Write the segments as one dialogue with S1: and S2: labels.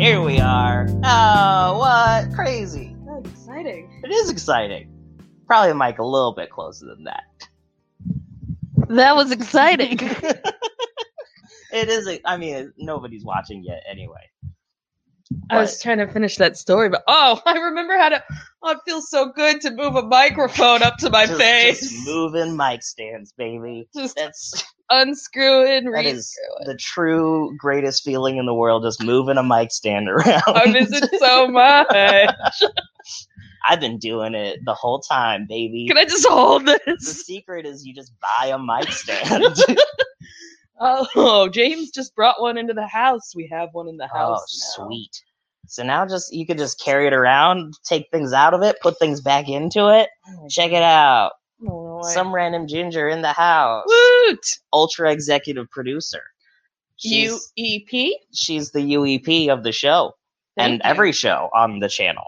S1: Here we are. Oh, what? Crazy.
S2: That's exciting.
S1: It is exciting. Probably Mike a little bit closer than that.
S3: That was exciting.
S1: It is. I mean, nobody's watching yet anyway.
S2: I was trying to finish that story, but oh, I remember how to. Oh, it feels so good to move a microphone up to my
S1: Just-
S2: face.
S1: Just moving mic stands, baby.
S2: Just
S1: That's
S2: unscrew it and
S1: that
S2: re
S1: is the true greatest feeling in the world. Just moving a mic stand around.
S2: I miss it so much. Can
S1: I've been doing it the whole time, baby.
S2: I just hold
S1: the
S2: this?
S1: secret is you just buy a mic stand.
S2: Oh, James just brought one into the house. We have one in the
S1: oh,
S2: house. now.
S1: sweet. So now just you could just carry it around, take things out of it, put things back into it. Check it out.
S2: Oh, I-
S1: Some random ginger in the house.
S2: Woot!
S1: Ultra executive producer. She's,
S2: U E P.
S1: she's the UEP of the show
S2: Thank
S1: and
S2: you.
S1: every show on the channel.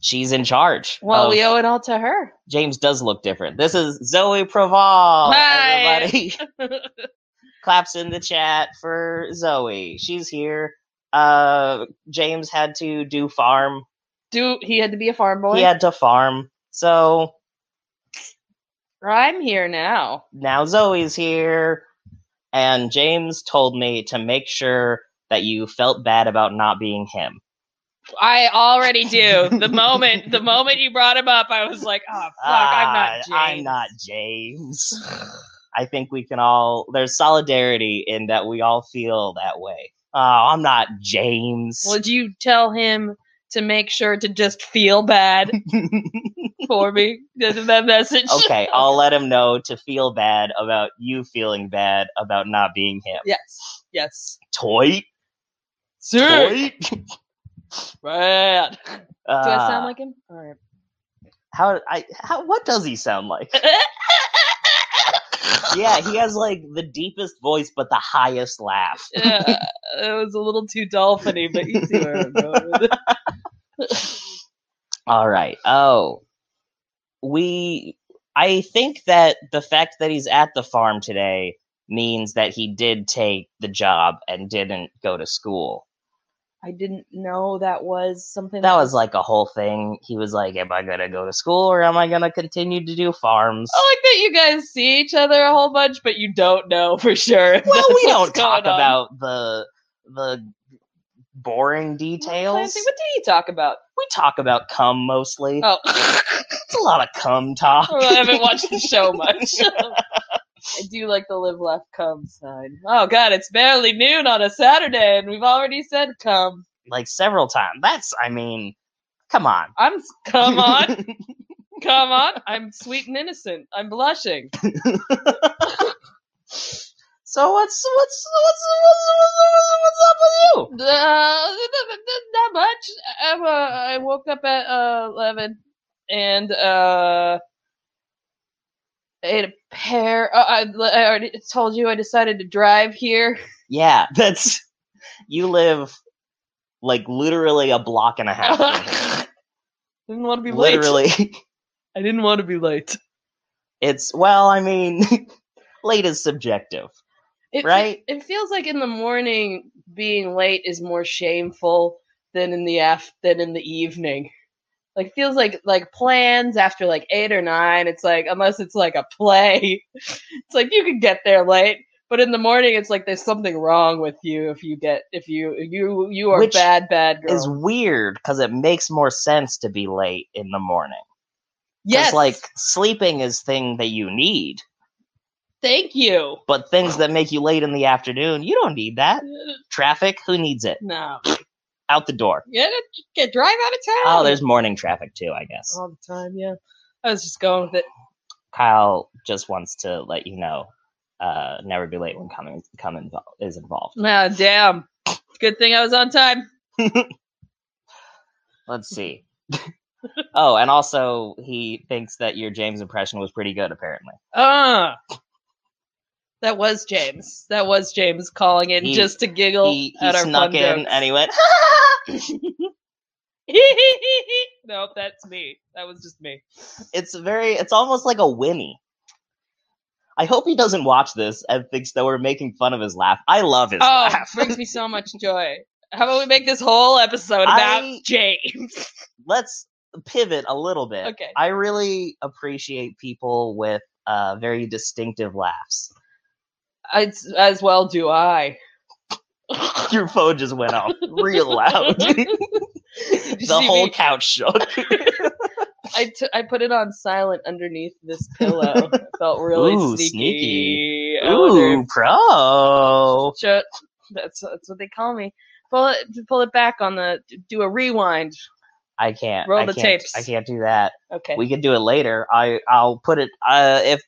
S1: She's in charge.
S2: Well,
S1: of-
S2: we owe it all to her.
S1: James does look different. This is Zoe Proval.
S2: Hi.
S1: Everybody claps in the chat for Zoe. She's here. Uh, James had to do farm.
S2: Do he had to be a farm boy?
S1: He had to farm. So
S2: I'm here now.
S1: now Zoe's here. And James told me to make sure that you felt bad about not being him.
S2: I already do. The moment the moment you brought him up, I was like, oh fuck, I'm not James.
S1: Ah, I'm not James. I think we can all there's solidarity in that we all feel that way. Oh, I'm not James.
S2: Would you tell him to make sure to just feel bad for me? That's that message.
S1: okay, I'll let him know to feel bad about you feeling bad about not being him.
S2: Yes. Yes.
S1: Toy,
S2: Sir.
S1: toy.
S2: Bad.
S1: Uh,
S2: Do I sound like him? All right.
S1: how? I how? What does he sound like? yeah, he has like the deepest voice but the highest laugh.
S2: yeah, it was a little too dolphiny, but you see where I'm going with it.
S1: All right. Oh, we. I think that the fact that he's at the farm today means that he did take the job and didn't go to school.
S2: I didn't know that was something
S1: That was like a whole thing. He was like, "Am I gonna go to school or am I gonna continue to do farms?"
S2: I like that you guys see each other a whole bunch, but you don't know for sure. if
S1: well,
S2: that's
S1: we don't
S2: what's
S1: talk
S2: going on.
S1: about the the boring details.
S2: Clancy, What do you talk about?
S1: We talk about cum mostly.
S2: Oh,
S1: It's a lot of cum talk.
S2: I haven't watched the show much. I do like the live left come sign. Oh god, it's barely noon on a Saturday, and we've already said come.
S1: like several times. That's, I mean, come on.
S2: I'm s- come on, come on. I'm sweet and innocent. I'm blushing.
S1: So what's what's what's what's what's, what's, what's up with you?
S2: Uh, not much. I, uh, I woke up at uh, 11 and uh, ate a pear. Uh, I, I already told you I decided to drive here.
S1: Yeah, that's you live like literally a block and a half.
S2: didn't want to be late.
S1: literally,
S2: I didn't want to be late.
S1: it's well, I mean, late is subjective.
S2: It,
S1: Right?
S2: It, feels like in the morning being late is more shameful than in the af- than in the evening. Like feels like like plans after like eight or nine. It's like unless it's like a play, it's like you could get there late. But in the morning, it's like there's something wrong with you if you get if you you you are
S1: Which
S2: bad bad girl.
S1: Is weird because it makes more sense to be late in the morning. 'Cause,
S2: yes,
S1: like sleeping is thing that you need,
S2: thank you.
S1: but things that make you late in the afternoon, you don't need that. Traffic, who needs it?
S2: No,
S1: Out the door.
S2: get get drive out of town.
S1: Oh, there's morning traffic too, I guess.
S2: all the time. Yeah, I was just going with it.
S1: Kyle just wants to let you know, uh, never be late when coming come invol is involved.
S2: Ah, damn. Good thing I was on time.
S1: Let's see. oh, and also he thinks that your James impression was pretty good. Apparently,
S2: Ah. That was James. That was James calling in
S1: He-
S2: just to giggle
S1: he, he
S2: at our
S1: snuck
S2: fun
S1: in
S2: jokes.
S1: and he went.
S2: nope, that's me. That was just me.
S1: It's very. It's almost like a whinny. I hope he doesn't watch this and thinks that we're making fun of his laugh. I love his
S2: Oh,
S1: laugh.
S2: brings me so much joy. How about we make this whole episode about
S1: I-
S2: James?
S1: let's pivot a little bit.
S2: Okay.
S1: I really appreciate people with uh, very distinctive laughs.
S2: I, as well do I.
S1: Your phone just went off real loud.
S2: Did you
S1: the
S2: see
S1: whole
S2: me?
S1: couch shook.
S2: I, t- I put it on silent underneath this pillow. It felt really
S1: Ooh,
S2: sneaky.
S1: sneaky.
S2: I wonder
S1: Ooh, pro.
S2: if- shut- That's that's what they call me. Pull it pull it back on the do a rewind.
S1: I can't.
S2: Roll
S1: I
S2: the
S1: can't,
S2: tapes.
S1: I can't do that.
S2: Okay.
S1: We can do it later. I I'll put it uh if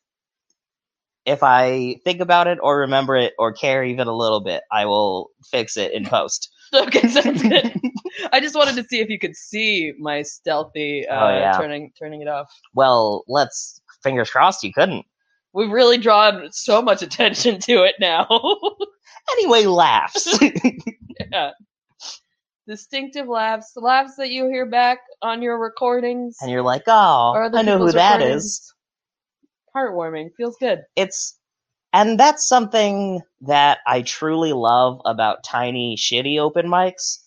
S1: if I think about it or remember it or care even a little bit, I will fix it in post.
S2: okay, sounds good. I just wanted to see if you could see my stealthy uh,
S1: Oh, yeah.
S2: turning turning it off.
S1: Well, let's fingers crossed you couldn't.
S2: We've really drawn so much attention to it now.
S1: Anyway, laughs.
S2: Distinctive laughs, laughs that you hear back on your recordings.
S1: and you're like, "Oh,
S2: Or other
S1: I know who
S2: people's
S1: that
S2: recordings.
S1: is."
S2: Heartwarming, feels good.
S1: It's and that's something that I truly love about tiny shitty open mics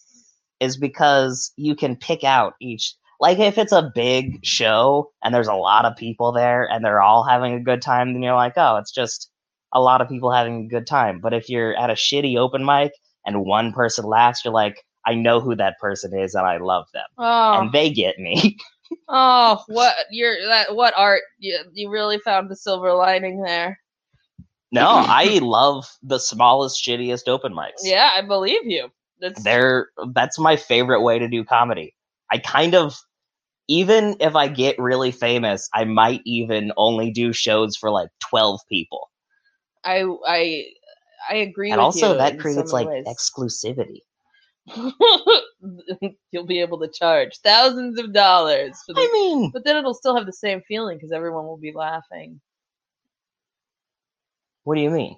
S1: is because you can pick out each like if it's a big show and there's a lot of people there and they're all having a good time then you're like oh it's just a lot of people having a good time but if you're at a shitty open mic and one person laughs you're like i know who that person is and i love them
S2: Oh,
S1: and they get me
S2: oh, what you're that? What art? You, you really found the silver lining there.
S1: no i love the smallest shittiest open mics
S2: Yeah, I believe you. That's
S1: they're that's my favorite way to do comedy. I kind of even if I get really famous, I might even only do shows for like 12 people.
S2: I I I agree.
S1: And
S2: with
S1: also
S2: you
S1: that
S2: in so
S1: creates
S2: many
S1: like
S2: ways.
S1: exclusivity.
S2: you'll be able to charge thousands of dollars for
S1: I
S2: the,
S1: mean,
S2: but then it'll still have the same feeling because everyone will be laughing
S1: what do you mean?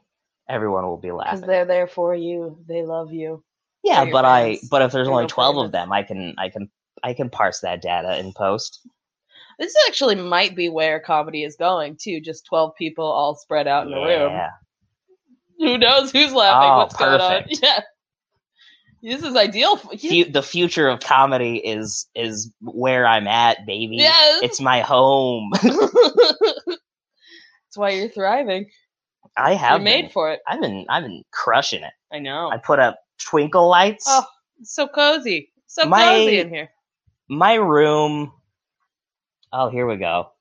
S1: Everyone will be
S2: because
S1: laughing.
S2: they're there for you they love you
S1: Yeah,
S2: your
S1: but I
S2: friends.
S1: but if there's
S2: They're
S1: only
S2: your
S1: 12
S2: friends.
S1: of them, I can I can I can parse that data in post.
S2: this actually might be where comedy is going too just 12 people all spread out in a room
S1: Yeah.
S2: who knows who's laughing
S1: Oh,
S2: what's going on
S1: perfect.
S2: yeah this is ideal for you
S1: Fu- the future of comedy is is where I'm at, baby.
S2: yeah
S1: It's my home.
S2: that's why you're thriving
S1: I have
S2: you're
S1: been.
S2: made for it
S1: I've been I've been crushing it.
S2: i know
S1: I put up twinkle lights.
S2: Oh. It's so cozy so
S1: My-
S2: cozy in here
S1: My room. Oh, here we go.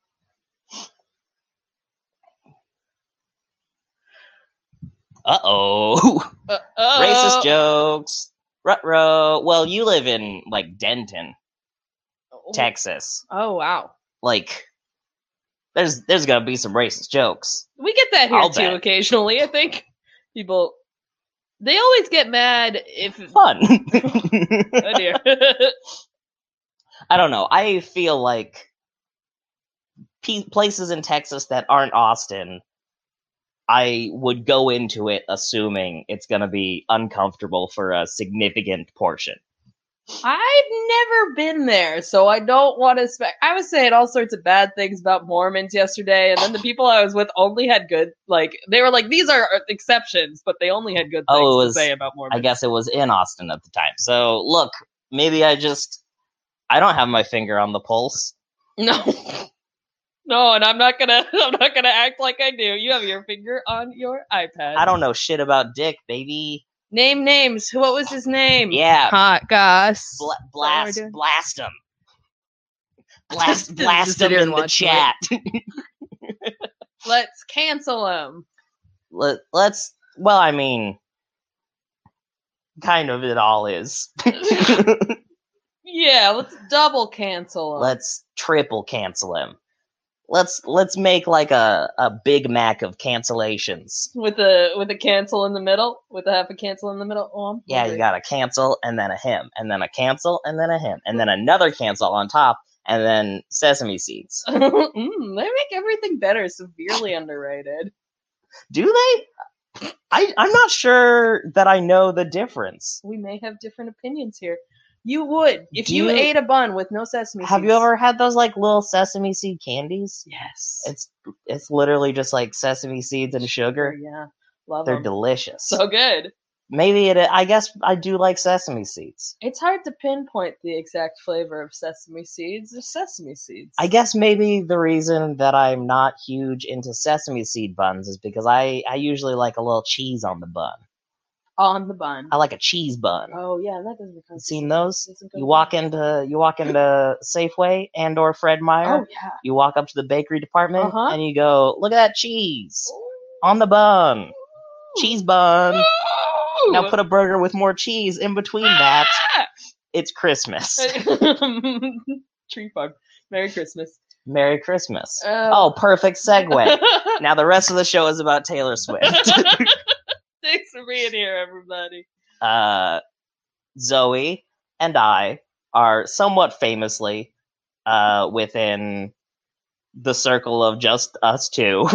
S1: Uh oh.
S2: uh,
S1: Racist jokes. Ruh-roh. Well, you live in like Denton, Texas.
S2: Oh wow,
S1: Like there's there's gonna be some racist jokes.
S2: we get that here
S1: I'll
S2: too
S1: bet.
S2: occasionally. I think people they always get mad if
S1: Fun.
S2: oh dear.
S1: I don't know. I feel like pe- places in Texas that aren't Austin, I would go into it assuming it's going to be uncomfortable for a significant portion.
S2: I've never been there, so I don't want to. Spe- I was saying all sorts of bad things about Mormons yesterday, and then the people I was with only had good. Like they were like, these are uh, exceptions, but they only had good things
S1: Oh, it was-
S2: to say about
S1: I
S2: Mormons.
S1: guess it was in Austin at the time. So, look, maybe I just I don't have my finger on the pulse.
S2: No. No, and I'm not gonna. I'm not gonna act like I do. You have your finger on your iPad.
S1: I don't know shit about dick, baby.
S2: Name names. Who- What was his
S3: Hmm.
S2: name?
S1: Yeah,
S3: Hot goss.
S1: bla-
S3: we're
S1: blast
S3: doing.
S1: blast him. Blast
S3: Just
S1: blast
S3: sit
S1: him
S3: here
S1: in
S3: and
S1: the
S3: watch it.
S1: chat.
S2: Let's cancel him.
S1: let, let's well i mean kind of it all is
S2: Yeah, let's double cancel him.
S1: let's triple cancel him let's let's make like a, a big mac of cancellations
S2: with a with a cancel in the middle, with a half a cancel in the middle. Oh, I'm
S1: yeah you
S2: hungry.
S1: got a cancel and then a him and then a cancel and then a him and then another cancel on top and then sesame seeds
S2: mm, they make everything better. Severely underrated.
S1: do they I, i'm not sure that i know the difference
S2: We may have different opinions here. You would if
S1: Do
S2: you,
S1: you-
S2: ate a bun with no sesame.
S1: have you
S2: seeds.
S1: ever had those like little sesame seed candies
S2: Yes.
S1: it's it's literally just like sesame seeds and sugar
S2: Oh, yeah, love
S1: They're
S2: them.
S1: delicious.
S2: Uh-huh. so good.
S1: Maybe it. I guess I do like sesame seeds.
S2: It's hard to pinpoint the exact flavor of sesame seeds. There's sesame seeds.
S1: I guess maybe the reason that I'm not huge into sesame seed buns is because I I usually like a little cheese on the bun.
S2: on the bun.
S1: I like a cheese bun.
S2: Oh yeah, that doesn't become.
S1: You seen those? You walk into you walk into Safeway and or Fred Meyer.
S2: Oh yeah.
S1: You walk up to the bakery department
S2: Uh-huh.
S1: and you go, "Look at that cheese
S2: Oh,
S1: on the bun, cheese bun." Now put a burger with more cheese in between that. It's Christmas.
S2: Tree frog. Merry Christmas.
S1: Merry Christmas.
S2: Uh,
S1: Oh, perfect segue. now the rest of the show is about Taylor Swift.
S2: Thanks for being here, everybody.
S1: uh, Zoe and I are somewhat famously uh, within the circle of just us two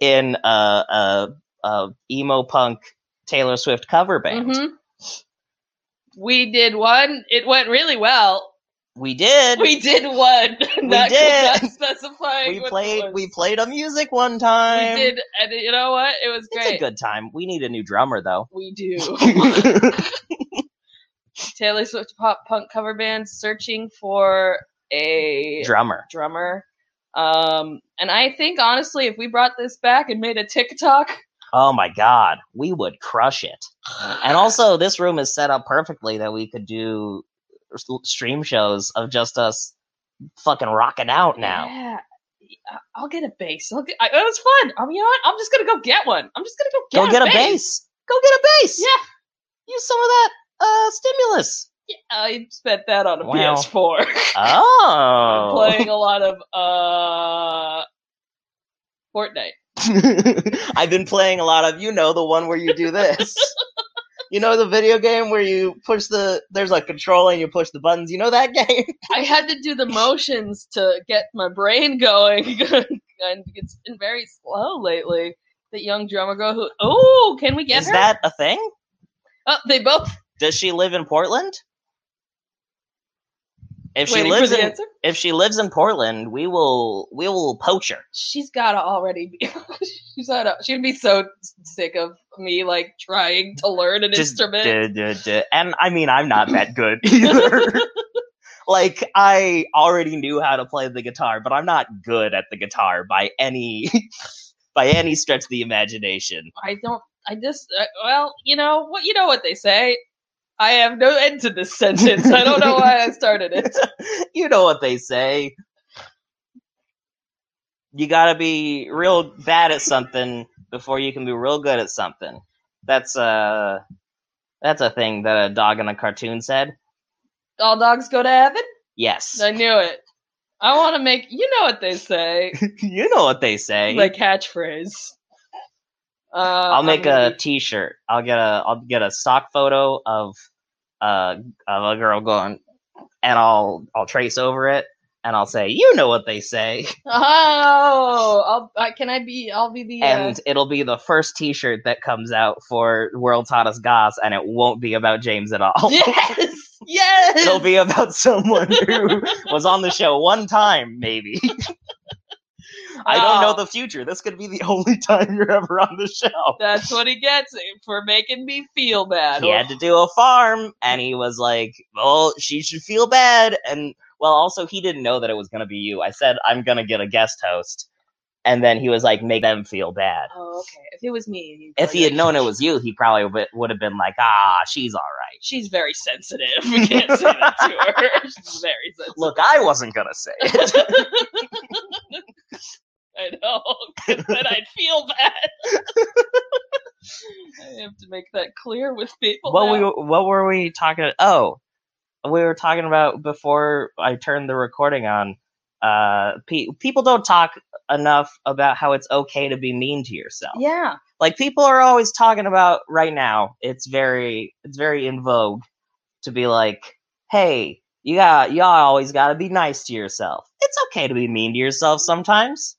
S1: in a, a, a emo punk Taylor Swift cover band.
S2: Mhm. We did one. It went really well.
S1: We did.
S2: We did one. not,
S1: did.
S2: Not specifying.
S1: We
S2: what it
S1: played.
S2: was.
S1: We played a music one
S2: We
S1: time.
S2: did, and you know what? It was
S1: It's
S2: great.
S1: a good time. We need a new drummer though.
S2: we do. Taylor Swift pop punk cover band searching for a
S1: drummer.
S2: drummer. Um, and I think honestly, if we brought this back and made a TikTok,
S1: Oh my god, we would crush it. And also, this room is set up perfectly that we could do s- stream shows of just us fucking rocking out now.
S2: yeah, I- I'll get a bass. I'll get, I, it was fun. I mean, you know what? I'm just gonna go get one. I'm just gonna go get
S1: Go
S2: a
S1: get a
S2: bass.
S1: bass. Go get a bass.
S2: Yeah.
S1: Use some of that uh, stimulus.
S2: I spent that on a
S1: Wow.
S2: PS4,
S1: Oh.
S2: playing a lot of uh Fortnite.
S1: I've been playing a lot of, you know, the one where you do this. you know the video game where you push the, there's a controller and you push the buttons. You know that game?
S2: I had to do the motions to get my brain going, and it's been very slow lately. That young drummer girl who oh, can we get
S1: is
S2: her?
S1: that a thing?
S2: oh, they both
S1: Does she live in Portland? If she
S2: waiting
S1: lives
S2: for the
S1: in
S2: answer.
S1: if she lives in Portland, we will we will poach her.
S2: She's gotta already be. she's gotta. She'd be so sick of me like trying to learn an
S1: Just
S2: instrument.
S1: duh, duh, duh. and I mean I'm not that good either. like I already knew how to play the guitar, but I'm not good at the guitar by any by any stretch of the imagination.
S2: I don't. I just. Uh, well, you know what? You know what they say. I have no end to this sentence. I don't know why I started it.
S1: you know what they say. You gotta be real bad at something before you can be real good at something. That's uh that's a thing that a dog in a cartoon said.
S2: All dogs go to heaven.
S1: Yes.
S2: I knew it. I want to make. You know what they say.
S1: you know what they say.
S2: my catchphrase. Uh,
S1: I'll make
S2: a.
S1: a t-shirt. I'll get a I'll get a stock photo of uh of a girl going and I'll I'll trace over it and I'll say, "You know what they say."
S2: Oh, I'll, I, can I be? I'll be the. uh,
S1: and it'll be the first T-shirt that comes out for World Taught Us Goss, and it won't be about James at
S2: uh,
S1: all.
S2: yes, yes.
S1: It'll be about someone who was on the show one time, maybe. I don't know
S2: Oh.
S1: the future. This could be the only time you're ever on the show.
S2: That's what he gets for making me feel bad.
S1: He had to do a farm, and he was like, "Well, she should feel bad." And well, also he didn't know that it was going to be you. I said, "I'm going to get a guest host," and then he was like, "Make them feel bad."
S2: Oh, okay. If it was me,
S1: if he had known it was you, he probably would, would have been like, ah, she's all right.
S2: she's very sensitive. We can't say that to her. She's very sensitive.
S1: Look, I wasn't going to say it.
S2: I know. 'cause then I'd feel bad. I have to make that clear with people.
S1: what,
S2: now.
S1: we, what were we talking Oh, we were talking about before I turned the recording on. Uh, pe- people don't talk enough about how it's okay to be mean to yourself.
S2: yeah.
S1: Like people are always talking about right now. It's very, it's very in vogue to be like, hey, you got, y'all always got to be nice to yourself. It's okay to be mean to yourself sometimes.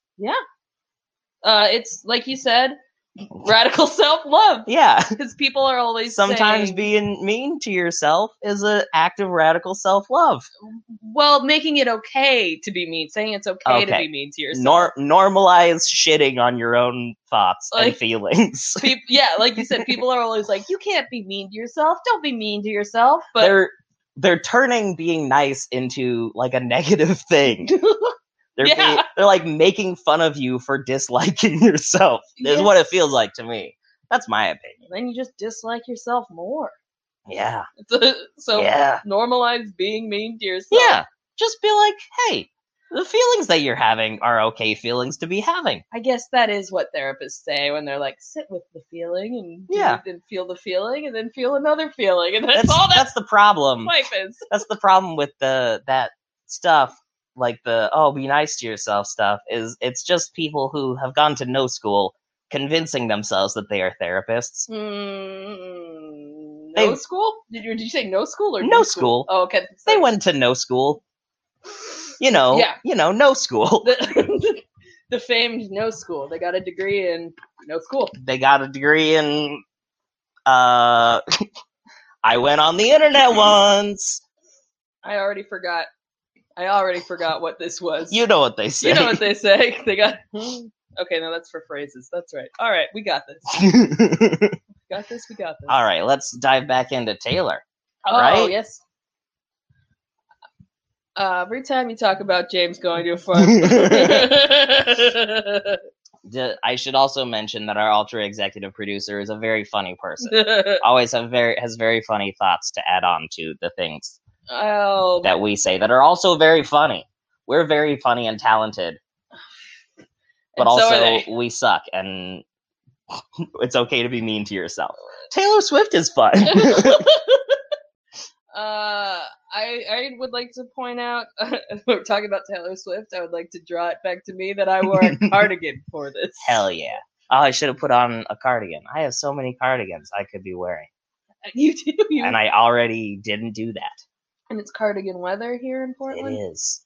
S2: uh, it's like you said, Radical self love.
S1: Yeah.
S2: Because people are always
S1: Sometimes
S2: saying-
S1: being mean to yourself is an act of radical self love.
S2: well, making it okay to be mean, saying it's okay, to
S1: Okay.
S2: be mean to yourself.
S1: Nor- normalize shitting on your own thoughts and
S2: Like-
S1: feelings.
S2: Peop yeah, like you said, people are always like, you can't be mean to yourself. Don't be mean to yourself. But
S1: they're they're turning being nice into like a negative thing. They're
S2: Yeah.
S1: being- they're like making fun of you for disliking yourself. Is
S2: Yeah.
S1: what it feels like to me. That's my opinion.
S2: then you just dislike yourself more.
S1: Yeah.
S2: so
S1: Yeah.
S2: normalize being mean to yourself.
S1: Yeah. Just be like, hey, the feelings that you're having are okay feelings to be having.
S2: I guess that is what therapists say when they're like, sit with the feeling and
S1: Yeah.
S2: and feel the feeling and then feel another feeling. And that's,
S1: That's
S2: all that
S1: that's the problem.
S2: life is.
S1: that's the problem with the that stuff like the oh be nice to yourself stuff is it's just people who have gone to no school convincing themselves that they are therapists
S2: Mm, no
S1: They-
S2: school? Did you, did you say no school or
S1: No school.
S2: Oh, okay.
S1: they went to no school you know
S2: Yeah.
S1: you know no school
S2: The, the famed no school. They got a degree in no school.
S1: they got a degree in uh i went on the internet
S2: Mm-hmm.
S1: once
S2: I already forgot. I already forgot what this was.
S1: you know what they say
S2: You know what they say. They got. Okay, no, that's for phrases. That's right. All right, we got this. Got this. We got this.
S1: all right let's dive back into taylor
S2: Oh
S1: right?
S2: yes. Uh, every time you talk about James going to a farm,
S1: D- i should also mention that our ultra executive producer is a very funny person always have very has very funny thoughts to add on to the things
S2: oh,
S1: that we say that are also very funny. We're very funny and talented, but
S2: and so are
S1: also
S2: they.
S1: we suck and it's okay to be mean to yourself. Taylor Swift is fun.
S2: Uh, I I would like to point out we're talking about Taylor Swift. I would like to draw it back to me that I wore a cardigan for this.
S1: Hell yeah. Oh, I should have put on a cardigan. I have so many cardigans I could be wearing.
S2: you do. You,
S1: And I already didn't do that.
S2: and it's cardigan weather here in
S1: It
S2: Portland.
S1: is.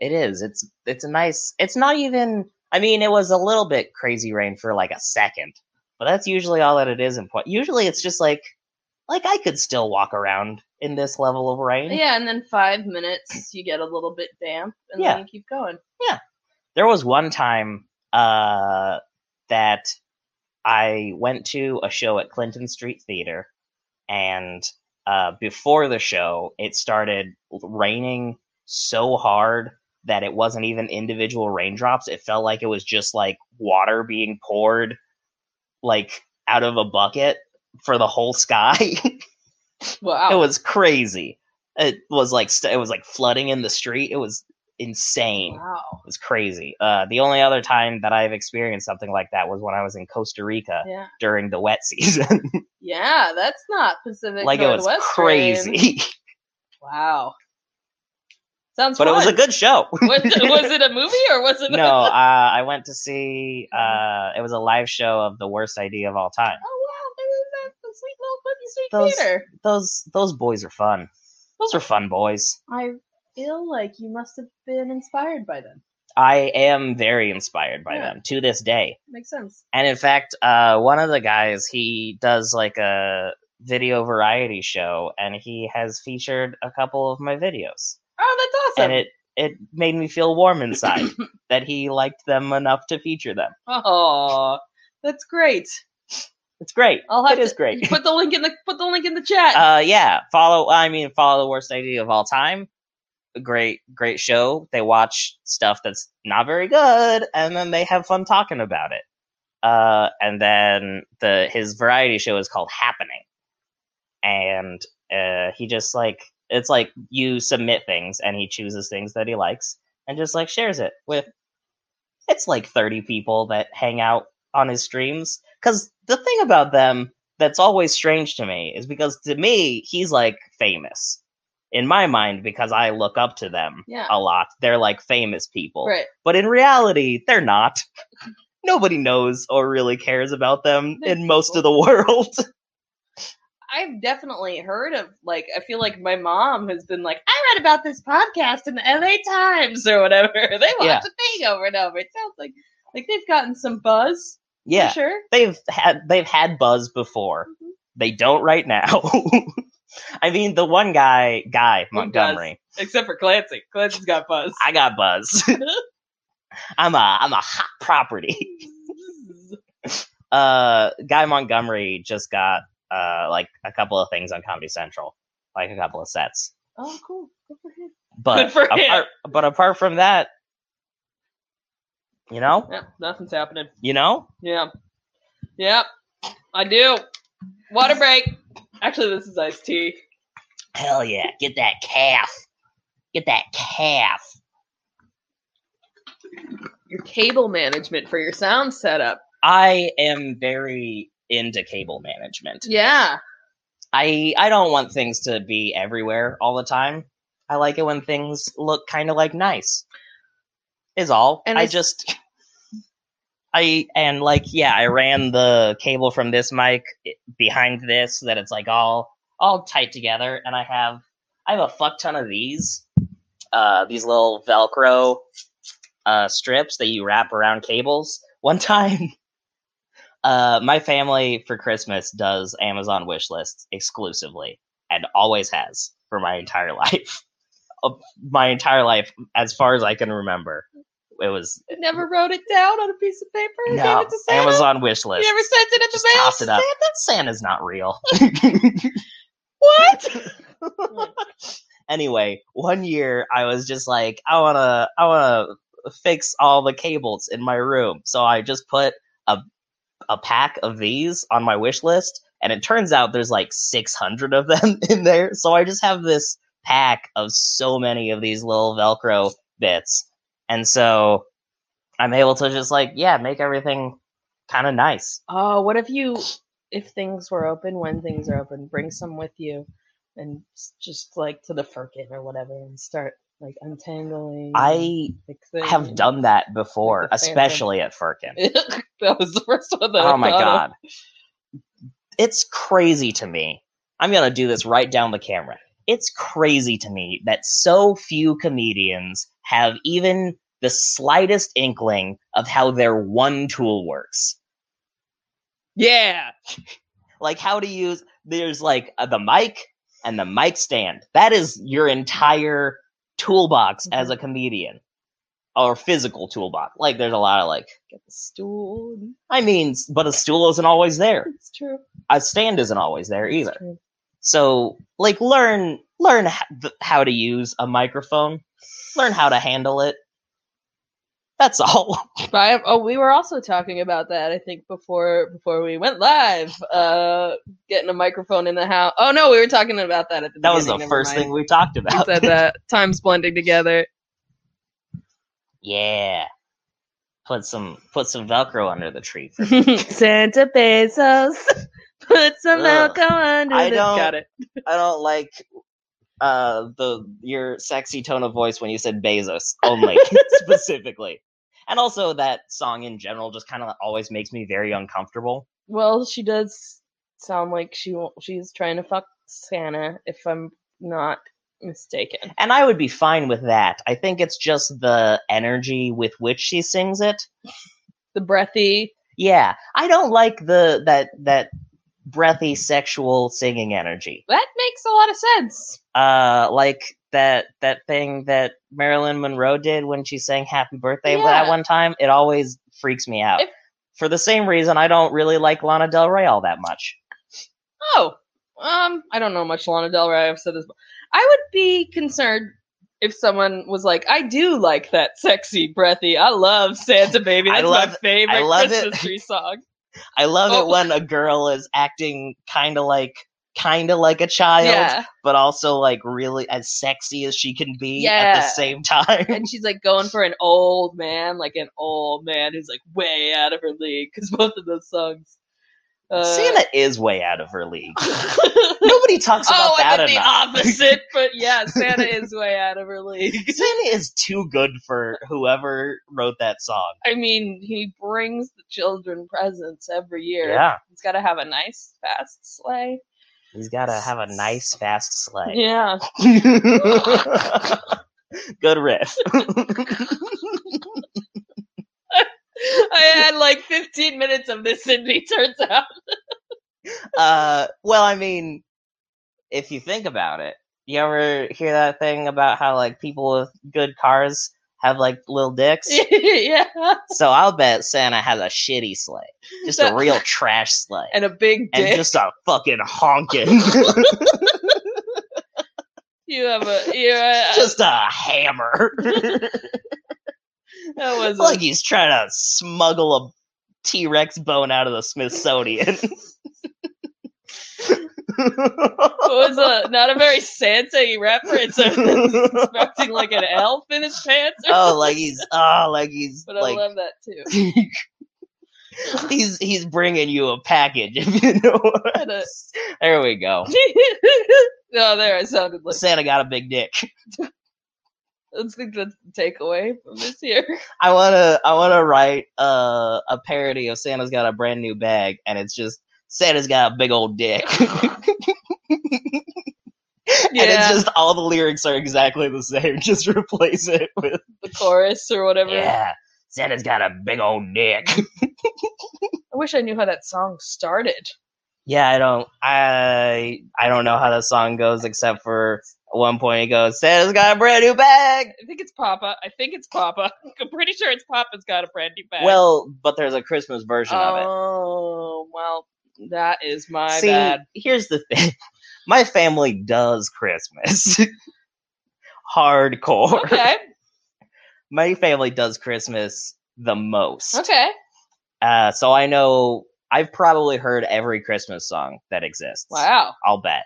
S1: It is. It's it's a nice it's not even I mean, it was a little bit crazy rain for like a second. But that's usually all that it is in point. Usually it's just like like I could still walk around in this level of rain.
S2: Yeah, and then five minutes you get a little bit damp, and
S1: Yeah.
S2: then you keep going.
S1: there was one time uh, that I went to a show at Clinton Street Theater, and uh, before the show, it started raining so hard that it wasn't even individual raindrops. It felt like it was just like water being poured, like out of a bucket for the whole sky.
S2: Wow.
S1: it was crazy. It was like st- it was like flooding in the street. It was insane.
S2: wow.
S1: It's crazy. Uh, the only other time that I've experienced something like that was when I was in Costa Rica
S2: Yeah.
S1: during the wet season.
S2: Yeah, that's not Pacific
S1: like it was
S2: Northwest rain.
S1: crazy,
S2: Wow. Sounds
S1: but it was a
S2: fun.
S1: good show.
S2: was, was it a movie or was it
S1: no, uh, I went to see. Uh, it was a live show of the worst idea of all time.
S2: Oh wow, there was a sweet little Clinton Street
S1: Those-
S2: Theater.
S1: Those those boys are fun. Those are fun boys.
S2: I feel like you must have been inspired by them.
S1: I am very inspired by
S2: Yeah.
S1: them to this day.
S2: Makes sense.
S1: And in fact, uh, one of the guys, he does like a video variety show, and he has featured a couple of my videos.
S2: Oh, that's awesome.
S1: and it it made me feel warm inside that he liked them enough to feature them.
S2: oh, that's great.
S1: It's great.
S2: I'll have
S1: It is
S2: to-
S1: great.
S2: Put the link in the put the link in the chat.
S1: Uh, yeah, follow. I mean, follow the worst idea of all time. A Great, great show. They watch stuff that's not very good, and then they have fun talking about it. Uh, and then the his variety show is called Happening, and uh, he just like it's like you submit things, and he chooses things that he likes, and just like shares it with. It's like thirty people that hang out on his streams because the thing about them that's always strange to me is because to me he's like famous in my mind because i look up to them
S2: Yeah.
S1: a lot they're like famous people
S2: right.
S1: but in reality they're not nobody knows or really cares about them
S2: They're
S1: in most of the world
S2: I've definitely heard of like I feel like my mom has been like I read about this podcast in the LA Times or whatever. They watch
S1: Yeah.
S2: a thing over and over. It sounds like like they've gotten some buzz.
S1: Yeah,
S2: For sure.
S1: they've had they've had buzz before.
S2: Mhm.
S1: They don't right now. I mean, the one guy, guy Montgomery,
S2: Except for Clancy. Clancy's got buzz.
S1: I got buzz. I'm a I'm a hot property. Uh, guy Montgomery just got uh like a couple of things on Comedy Central, like a couple of sets.
S2: oh, cool. Good for him.
S1: But
S2: Good for him.
S1: apart, but apart from that, you know,
S2: Yeah, nothing's happening.
S1: you know,
S2: Yeah. Yep. I do. Water break. Actually, this is iced tea.
S1: Hell yeah, get that calf. Get that calf.
S2: Your cable management for your sound setup.
S1: I am very into cable management.
S2: Yeah.
S1: I I don't want things to be everywhere all the time. I like it when things look kind of like nice. Is all.
S2: And
S1: I
S2: it's-
S1: just I and like yeah, I ran the cable from this mic i- behind this so that it's like all all tight together and I have I have a fuck ton of these uh these little velcro uh strips that you wrap around cables. One time uh, my family for Christmas does Amazon wish lists exclusively and always has for my entire life. Of my entire life, as far as I can remember, it was
S2: You never wrote it down on a piece of paper? and
S1: no
S2: gave it to Santa?
S1: Amazon wish
S2: You
S1: list.
S2: never sent it at
S1: Just
S2: the mail?
S1: tossed
S2: to
S1: it up.
S2: Santa?
S1: Santa's not real.
S2: What?
S1: anyway, one year I was just like, I wanna, I wanna fix all the cables in my room, so I just put a a pack of these on my wish list, and it turns out there's like 600 of them in there, so I just have this pack of so many of these little Velcro bits, and so I'm able to just like, yeah, make everything kind of nice.
S2: Oh, what if you, if things were open, when things are open, bring some with you and s- just like to the firkin or whatever and start like untangling.
S1: I
S2: fixing
S1: have
S2: and-
S1: done that before,
S2: Mm-hmm. Like the Phantom.
S1: especially at Firkin.
S2: that was the first one that I
S1: oh my
S2: thought of.
S1: god it's crazy to me i'm gonna do this right down the camera it's crazy to me that so few comedians have even the slightest inkling of how their one tool works
S2: Yeah.
S1: like how to use there's like uh, the mic and the mic stand that is your entire toolbox
S2: Mm-hmm.
S1: as a comedian or physical toolbox like there's a lot of like
S2: Get the stool. and-
S1: i mean s- but a stool isn't always there
S2: It's true.
S1: a stand isn't always there
S2: It's
S1: either
S2: true.
S1: So, like, learn learn h- th- how to use a microphone, learn how to handle it. That's all.
S2: But I- oh, we were also talking about that. I think before before we went live, uh, getting a microphone in the house. Oh no, we were talking about that at the.
S1: That was the
S2: beginning, never
S1: first
S2: mind.
S1: thing we talked
S2: You
S1: about.
S2: said that time's blending together.
S1: yeah, put some put some Velcro under the tree. For
S2: Santa Bezos put some
S1: Ugh.
S2: alcohol under.
S1: I
S2: the-
S1: don't-
S2: Got it.
S1: I don't like uh the your sexy tone of voice when you said Bezos only specifically, and also that song in general just kind of always makes me very uncomfortable.
S2: Well, she does sound like she won't, she's trying to fuck Santa, if I'm not mistaken.
S1: And I would be fine with that. I think it's just the energy with which she sings it.
S2: The breathy.
S1: Yeah, I don't like the that that breathy sexual singing energy.
S2: That makes a lot of sense.
S1: Uh, like that that thing that Marilyn Monroe did when she sang "Happy Birthday" that
S2: Yeah.
S1: one time. It always freaks me out.
S2: If-
S1: For the same reason, I don't really like Lana Del Rey all that much.
S2: Oh, um, I don't know much Lana Del Rey. I've said this. I would be concerned if someone was like, "I do like that sexy, breathy. I love Santa Baby.
S1: I
S2: That's
S1: love-
S2: my favorite
S1: I love it."
S2: Christmas tree song."
S1: I love
S2: Oh.
S1: it when a girl is acting kind of like kind of like a child,
S2: yeah,
S1: but also like really as sexy as she can be at the
S2: Yeah.
S1: same time.
S2: and she's like going for an old man, like an old man who's like way out of her league because both of those songs. Uh,
S1: Santa is way out of her league.
S2: oh,
S1: Nobody talks about
S2: I
S1: that
S2: meant the
S1: enough.
S2: opposite, but yeah, Santa is way out of her league.
S1: Santa is too good for whoever wrote that song.
S2: I mean, he brings the children presents every year. He's got to have a nice, fast sleigh.
S1: he's got to have a nice, fast sleigh.
S2: Yeah.
S1: good riff.
S2: I had like 15 minutes of this in me, turns out.
S1: uh, well, I mean, if you think about it, you ever hear that thing about how like people with good cars have like little dicks?
S2: yeah.
S1: so I'll bet Santa has a shitty sleigh, just a
S2: So-
S1: real trash sleigh,
S2: And a big
S1: and
S2: dick.
S1: just a fucking honking,
S2: you have a. You uh,
S1: just a hammer.
S2: that was.
S1: like he's trying to smuggle a T Rex bone out of the Smithsonian.
S2: it was a, not a very Santa reference of expecting like an elf in his pants. Or,
S1: oh, like he's oh, like he's
S2: but
S1: like
S2: I love that too.
S1: he's he's bringing you a package. If you know, what-
S2: And a-
S1: there we go.
S2: oh, there I sounded like.
S1: Santa got a big dick.
S2: Let's think that's the takeaway from this year.
S1: I wanna I wanna write uh, a parody of Santa's got a brand new bag, and it's just Santa's got a big old dick. And it's
S2: Yeah.
S1: just all the lyrics are exactly the same. Just replace it with
S2: The chorus or whatever.
S1: yeah. Santa's got a big old dick.
S2: I wish I knew how that song started.
S1: Yeah, I don't I I don't know how the song goes except for at one point it goes, Santa's got a brand new bag.
S2: I think it's Papa. I think it's Papa. I'm pretty sure it's Papa's got a brand new bag.
S1: Well, but there's a Christmas version of
S2: oh well, that is my
S1: it. See,
S2: bad.
S1: here's the thing. My family does Christmas. Hardcore.
S2: Okay,
S1: My family does Christmas the most.
S2: okay.
S1: Uh, so I know I've probably heard every Christmas song that exists.
S2: Wow.
S1: I'll bet.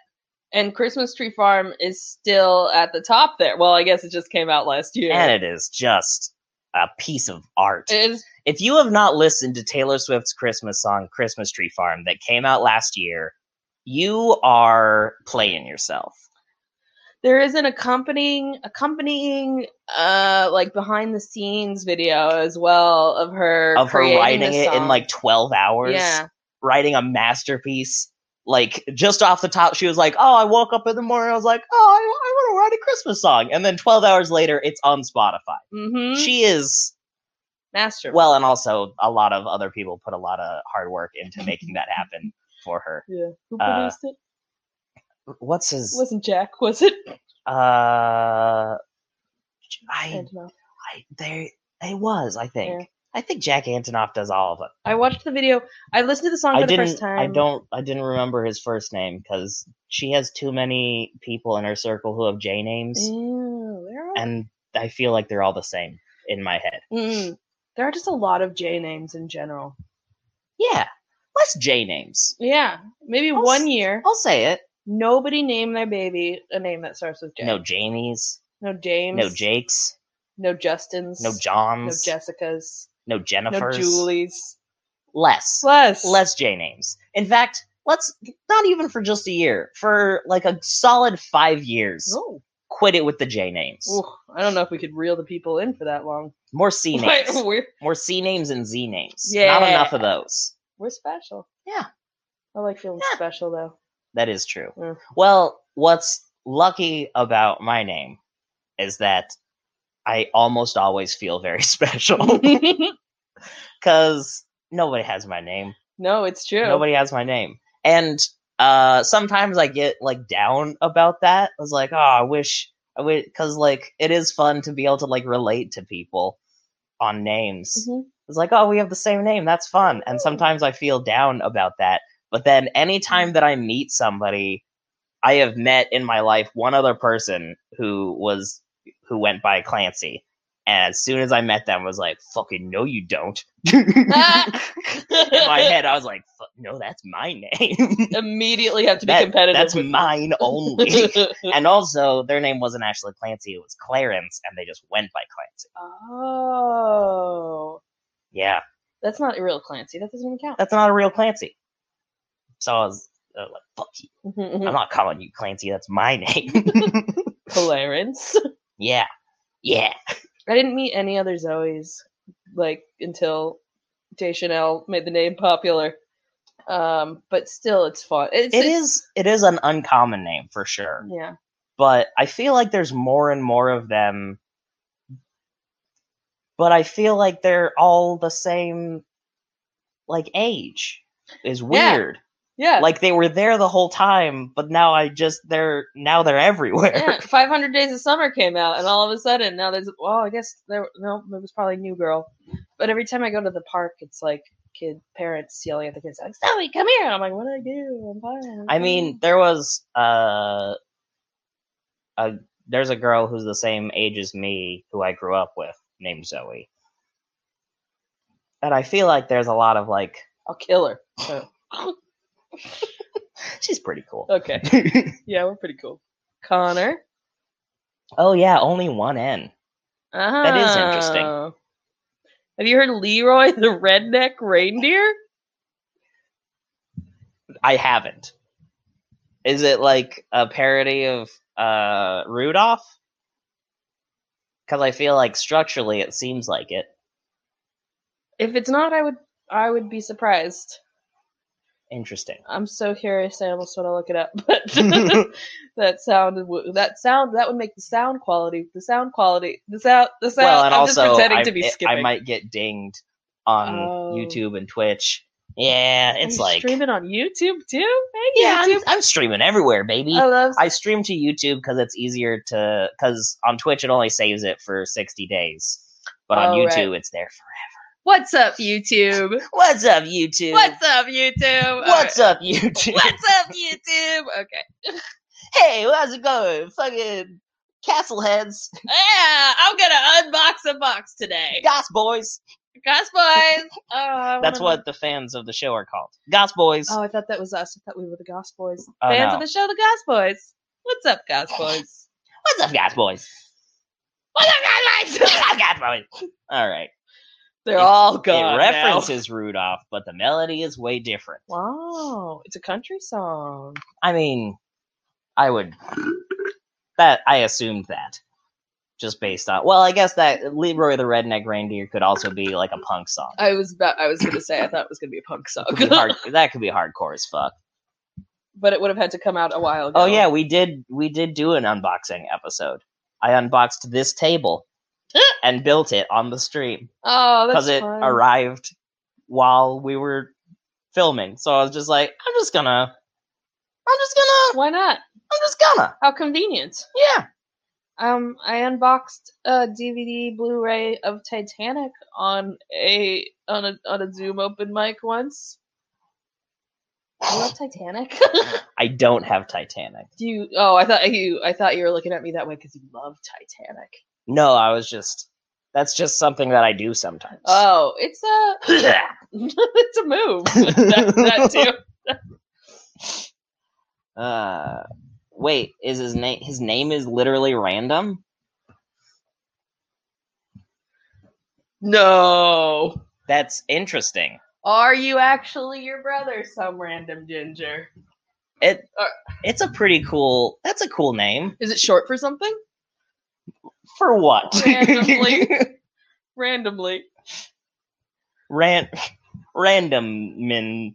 S2: And Christmas Tree Farm is still at the top there. Well, I guess it just came out last year.
S1: And it is just a piece of art.
S2: It is
S1: If you have not listened to Taylor Swift's Christmas song, Christmas Tree Farm, that came out last year, you are playing yourself.
S2: there is an accompanying accompanying uh like behind the scenes video as well of her
S1: Of her
S2: creating
S1: writing
S2: the
S1: it in
S2: song.
S1: like 12 hours,
S2: yeah
S1: writing a masterpiece. Like, just off the top, she was like, Oh, I woke up in the morning, I was like, Oh, I, I want to write a Christmas song. And then 12 hours later, it's on Spotify.
S2: mm-hmm.
S1: She is,
S2: master
S1: well, and also a lot of other people put a lot of hard work
S2: Mm-hmm.
S1: into making that happen for her.
S2: yeah who
S1: uh,
S2: produced it?
S1: What's
S2: it
S1: his,
S2: wasn't Jack was it
S1: uh,
S2: I
S1: I
S2: don't know.
S1: I there it was, I think.
S2: Yeah.
S1: I think Jack Antonoff does all of it.
S2: I watched the video I listened to the song
S1: I
S2: for the
S1: didn't
S2: first time
S1: I don't I didn't remember his first name because she has too many people in her circle who have J names
S2: Ew, there are,
S1: and I feel like they're all the same in my head.
S2: Mm. there are just a lot of J names in general
S1: Yeah. Less J names.
S2: yeah maybe
S1: I'll s-
S2: one year
S1: I'll say it.
S2: nobody named their baby a name that starts with J
S1: No Jamies.
S2: no James
S1: No Jakes.
S2: no Justins
S1: No
S2: no
S1: Johns. No,
S2: Jessicas
S1: Jennifers.
S2: No Julie's.
S1: Less.
S2: Plus.
S1: less J names. In fact, let's not even for just a year, for like a solid five years,
S2: No.
S1: quit it with the J names.
S2: Ooh, I don't know if we could reel the people in for that long.
S1: More C names.
S2: we're,
S1: More C names and Z names. Not
S2: Yeah.
S1: enough of those.
S2: we're special.
S1: Yeah.
S2: I like feeling
S1: Yeah.
S2: special, though.
S1: That is true.
S2: Mm.
S1: Well, what's lucky about my name is that I almost always feel very special because nobody has my name.
S2: no, it's true.
S1: Nobody has my name. And uh sometimes I get like down about that. I was like, oh, I wish I wish because like it is fun to be able to like relate to people on names.
S2: Mhm.
S1: It's like, oh, we have the same name. That's fun. And sometimes I feel down about that. But then anytime that I meet somebody, I have met in my life one other person who was who went by Clancy. And as soon as I met them, I was like, fucking no, you don't. in
S2: Ah!
S1: my head, I was like, "Fu- no, that's my name.
S2: Immediately have to be
S1: That-
S2: competitive.
S1: that's
S2: with-
S1: mine only. and also, their name wasn't actually Clancy; it was Clarence, and they just went by Clancy.
S2: oh.
S1: Yeah,
S2: That's not real Clancy. That doesn't even count.
S1: that's not a real Clancy. So I was uh, like, "Fuck you! I'm
S2: Mhm.
S1: not calling you Clancy. That's my name."
S2: Clarence.
S1: yeah, yeah.
S2: I didn't meet any other Zoes like until Deschanel made the name popular. Um, but still, it's fun. It's,
S1: It
S2: it's-
S1: is. It is an uncommon name for sure,
S2: Yeah.
S1: but I feel like there's more and more of them. But I feel like they're all the same like age is
S2: Yeah.
S1: weird.
S2: Yeah.
S1: Like they were there the whole time, but now I just they're now they're everywhere.
S2: yeah, 500 Days of Summer came out, and all of a sudden now there's well, I guess there no, it was probably New Girl, but every time I go to the park, it's like kid parents yelling at the kids like Zoe, come here. And I'm like, what do I do? I'm fine.
S1: I mean, there was uh, a there's a girl who's the same age as me who I grew up with named Zoe, and I feel like there's a lot of like
S2: I'll kill her.
S1: she's pretty cool.
S2: Okay, yeah, we're pretty cool. Connor,
S1: oh yeah, only one N.
S2: uh-huh.
S1: is interesting.
S2: Have you heard Leroy the redneck reindeer?
S1: I haven't. Is it like a parody of uh, Rudolph? Because I feel like structurally it seems like it.
S2: If it's not, I would I would be surprised.
S1: Interesting.
S2: I'm so curious. I almost want to look it up, but that sound w- that sound that would make the sound quality the sound quality the sound the sound.
S1: well, and
S2: I'm
S1: also
S2: just pretending
S1: I,
S2: to be
S1: I-
S2: skipping.
S1: I might get dinged on
S2: Oh.
S1: YouTube and Twitch. Yeah,
S2: Are
S1: it's
S2: you
S1: like
S2: streaming on YouTube too. Hey,
S1: yeah, I'm,
S2: YouTube. Oh.
S1: I'm streaming everywhere, baby.
S2: I love.
S1: I stream to YouTube because it's easier to because on Twitch it only saves it for sixty days, but on
S2: Oh, right.
S1: YouTube it's there forever.
S2: What's up, YouTube?
S1: What's up, YouTube?
S2: What's up, YouTube? All
S1: What's up, YouTube?
S2: right. What's up, YouTube? Okay.
S1: Hey, how's it going? Fucking castle heads,
S2: Yeah, I'm gonna unbox a box today.
S1: goss boys.
S2: Goss boys. Oh, I
S1: That's
S2: wanna-
S1: what the fans of the show are called, goss boys.
S2: Oh, I thought that was us. I thought we were the Goss Boys.
S1: Oh,
S2: Fans
S1: no.
S2: of the show, the Goss Boys. What's up, Goss Boys?
S1: What's up, goss boys?
S2: What's up, Goss
S1: What's
S2: Boys?
S1: up, goss boys? All right.
S2: They're
S1: It-
S2: all
S1: it
S2: gone. now.
S1: references Rudolph, but the melody is way different.
S2: Wow, it's a country song.
S1: I mean, I would that I assumed that just based on. Well, I guess that Leroy the Redneck Reindeer could also be like a punk song.
S2: I was about, I was gonna say I thought it was gonna be a punk song,
S1: Could be hard, that could be hardcore as fuck.
S2: but it would have had to come out a while ago.
S1: Oh yeah, we did we did do an unboxing episode. I unboxed this table and built it on the stream
S2: Oh, that's
S1: because it
S2: fun.
S1: arrived while we were filming. So I was just like, I'm just gonna, I'm just gonna,
S2: Why not?
S1: I'm just gonna,
S2: How convenient.
S1: yeah.
S2: Um, I unboxed a DVD Blu-ray of Titanic on a on a on a Zoom open mic once. You love Titanic?
S1: I don't have Titanic.
S2: Do you? Oh, I thought you. I thought you were looking at me that way because you love Titanic.
S1: No, I was just. That's just something that I do sometimes.
S2: Oh, it's a it's a move. that, that too.
S1: uh, wait, is his name? His name is literally random.
S2: No.
S1: That's interesting.
S2: Are you actually your brother, some random ginger?
S1: It
S2: Uh,
S1: it's a pretty cool. That's a cool name
S2: Is it short for something?
S1: for what?
S2: Randomly. Randomly.
S1: Ran, random men,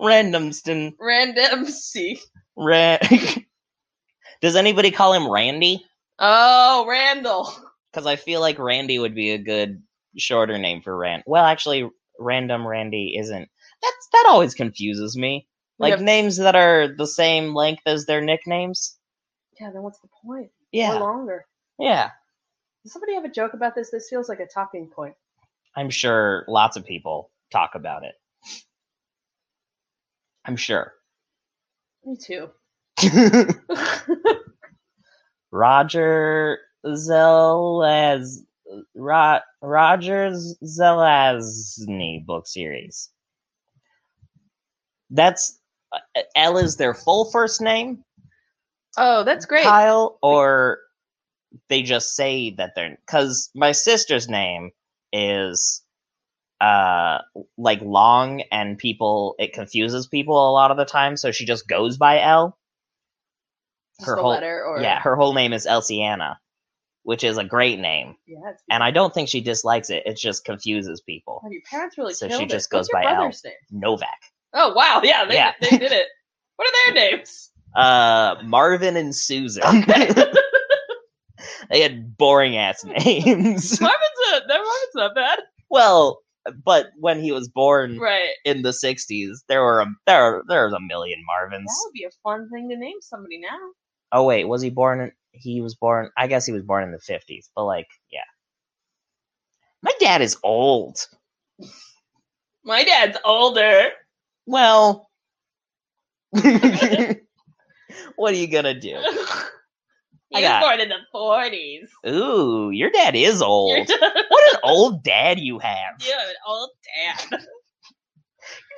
S1: randomston.
S2: Random C.
S1: Ra- Does anybody call him Randy?
S2: Oh, Randall.
S1: Because I feel like Randy would be a good shorter name for Rand. Well, actually, Random Randy isn't. That's that always confuses me.
S2: We
S1: Like
S2: have-
S1: names that are the same length as their nicknames.
S2: Yeah, then what's the point? Or
S1: Yeah,
S2: longer.
S1: yeah.
S2: Does somebody have a joke about this? This feels like a talking point.
S1: I'm sure lots of people talk about it. I'm sure.
S2: Me too.
S1: Roger Zelaz Ro- Roger Zelazny book series. That's uh, L is their full first name,
S2: oh, that's great.
S1: Kyle, or they just say that they're because my sister's name is uh like long and people it confuses people a lot of the time, so she just goes by L.
S2: Just
S1: her
S2: the
S1: whole-
S2: letter or
S1: Yeah, her whole name is Elsiana, which is a great name.
S2: Yeah, it's
S1: And I don't think she dislikes it. It just confuses people.
S2: Oh, your parents really
S1: So she
S2: killed it.
S1: just goes
S2: What's your
S1: by Al.
S2: brother's name?
S1: Novak.
S2: Oh wow, yeah, they,
S1: Yeah.
S2: they did it. What are their names?
S1: Uh Marvin and Susan. they had boring ass names.
S2: Marvin's a, no, Marvin's not bad.
S1: well, but when he was born
S2: Right.
S1: in the '60s, there were a, there there was a million Marvins.
S2: That would be a fun thing to name somebody now.
S1: Oh wait, was he born? In, he was born. I guess he was born in the '50s, but like, yeah. My dad is old.
S2: My dad's older.
S1: Well, what are you gonna do?
S2: he was
S1: got-
S2: born in the forties.
S1: Ooh, your dad is old. What an old dad you have.
S2: You have an old dad.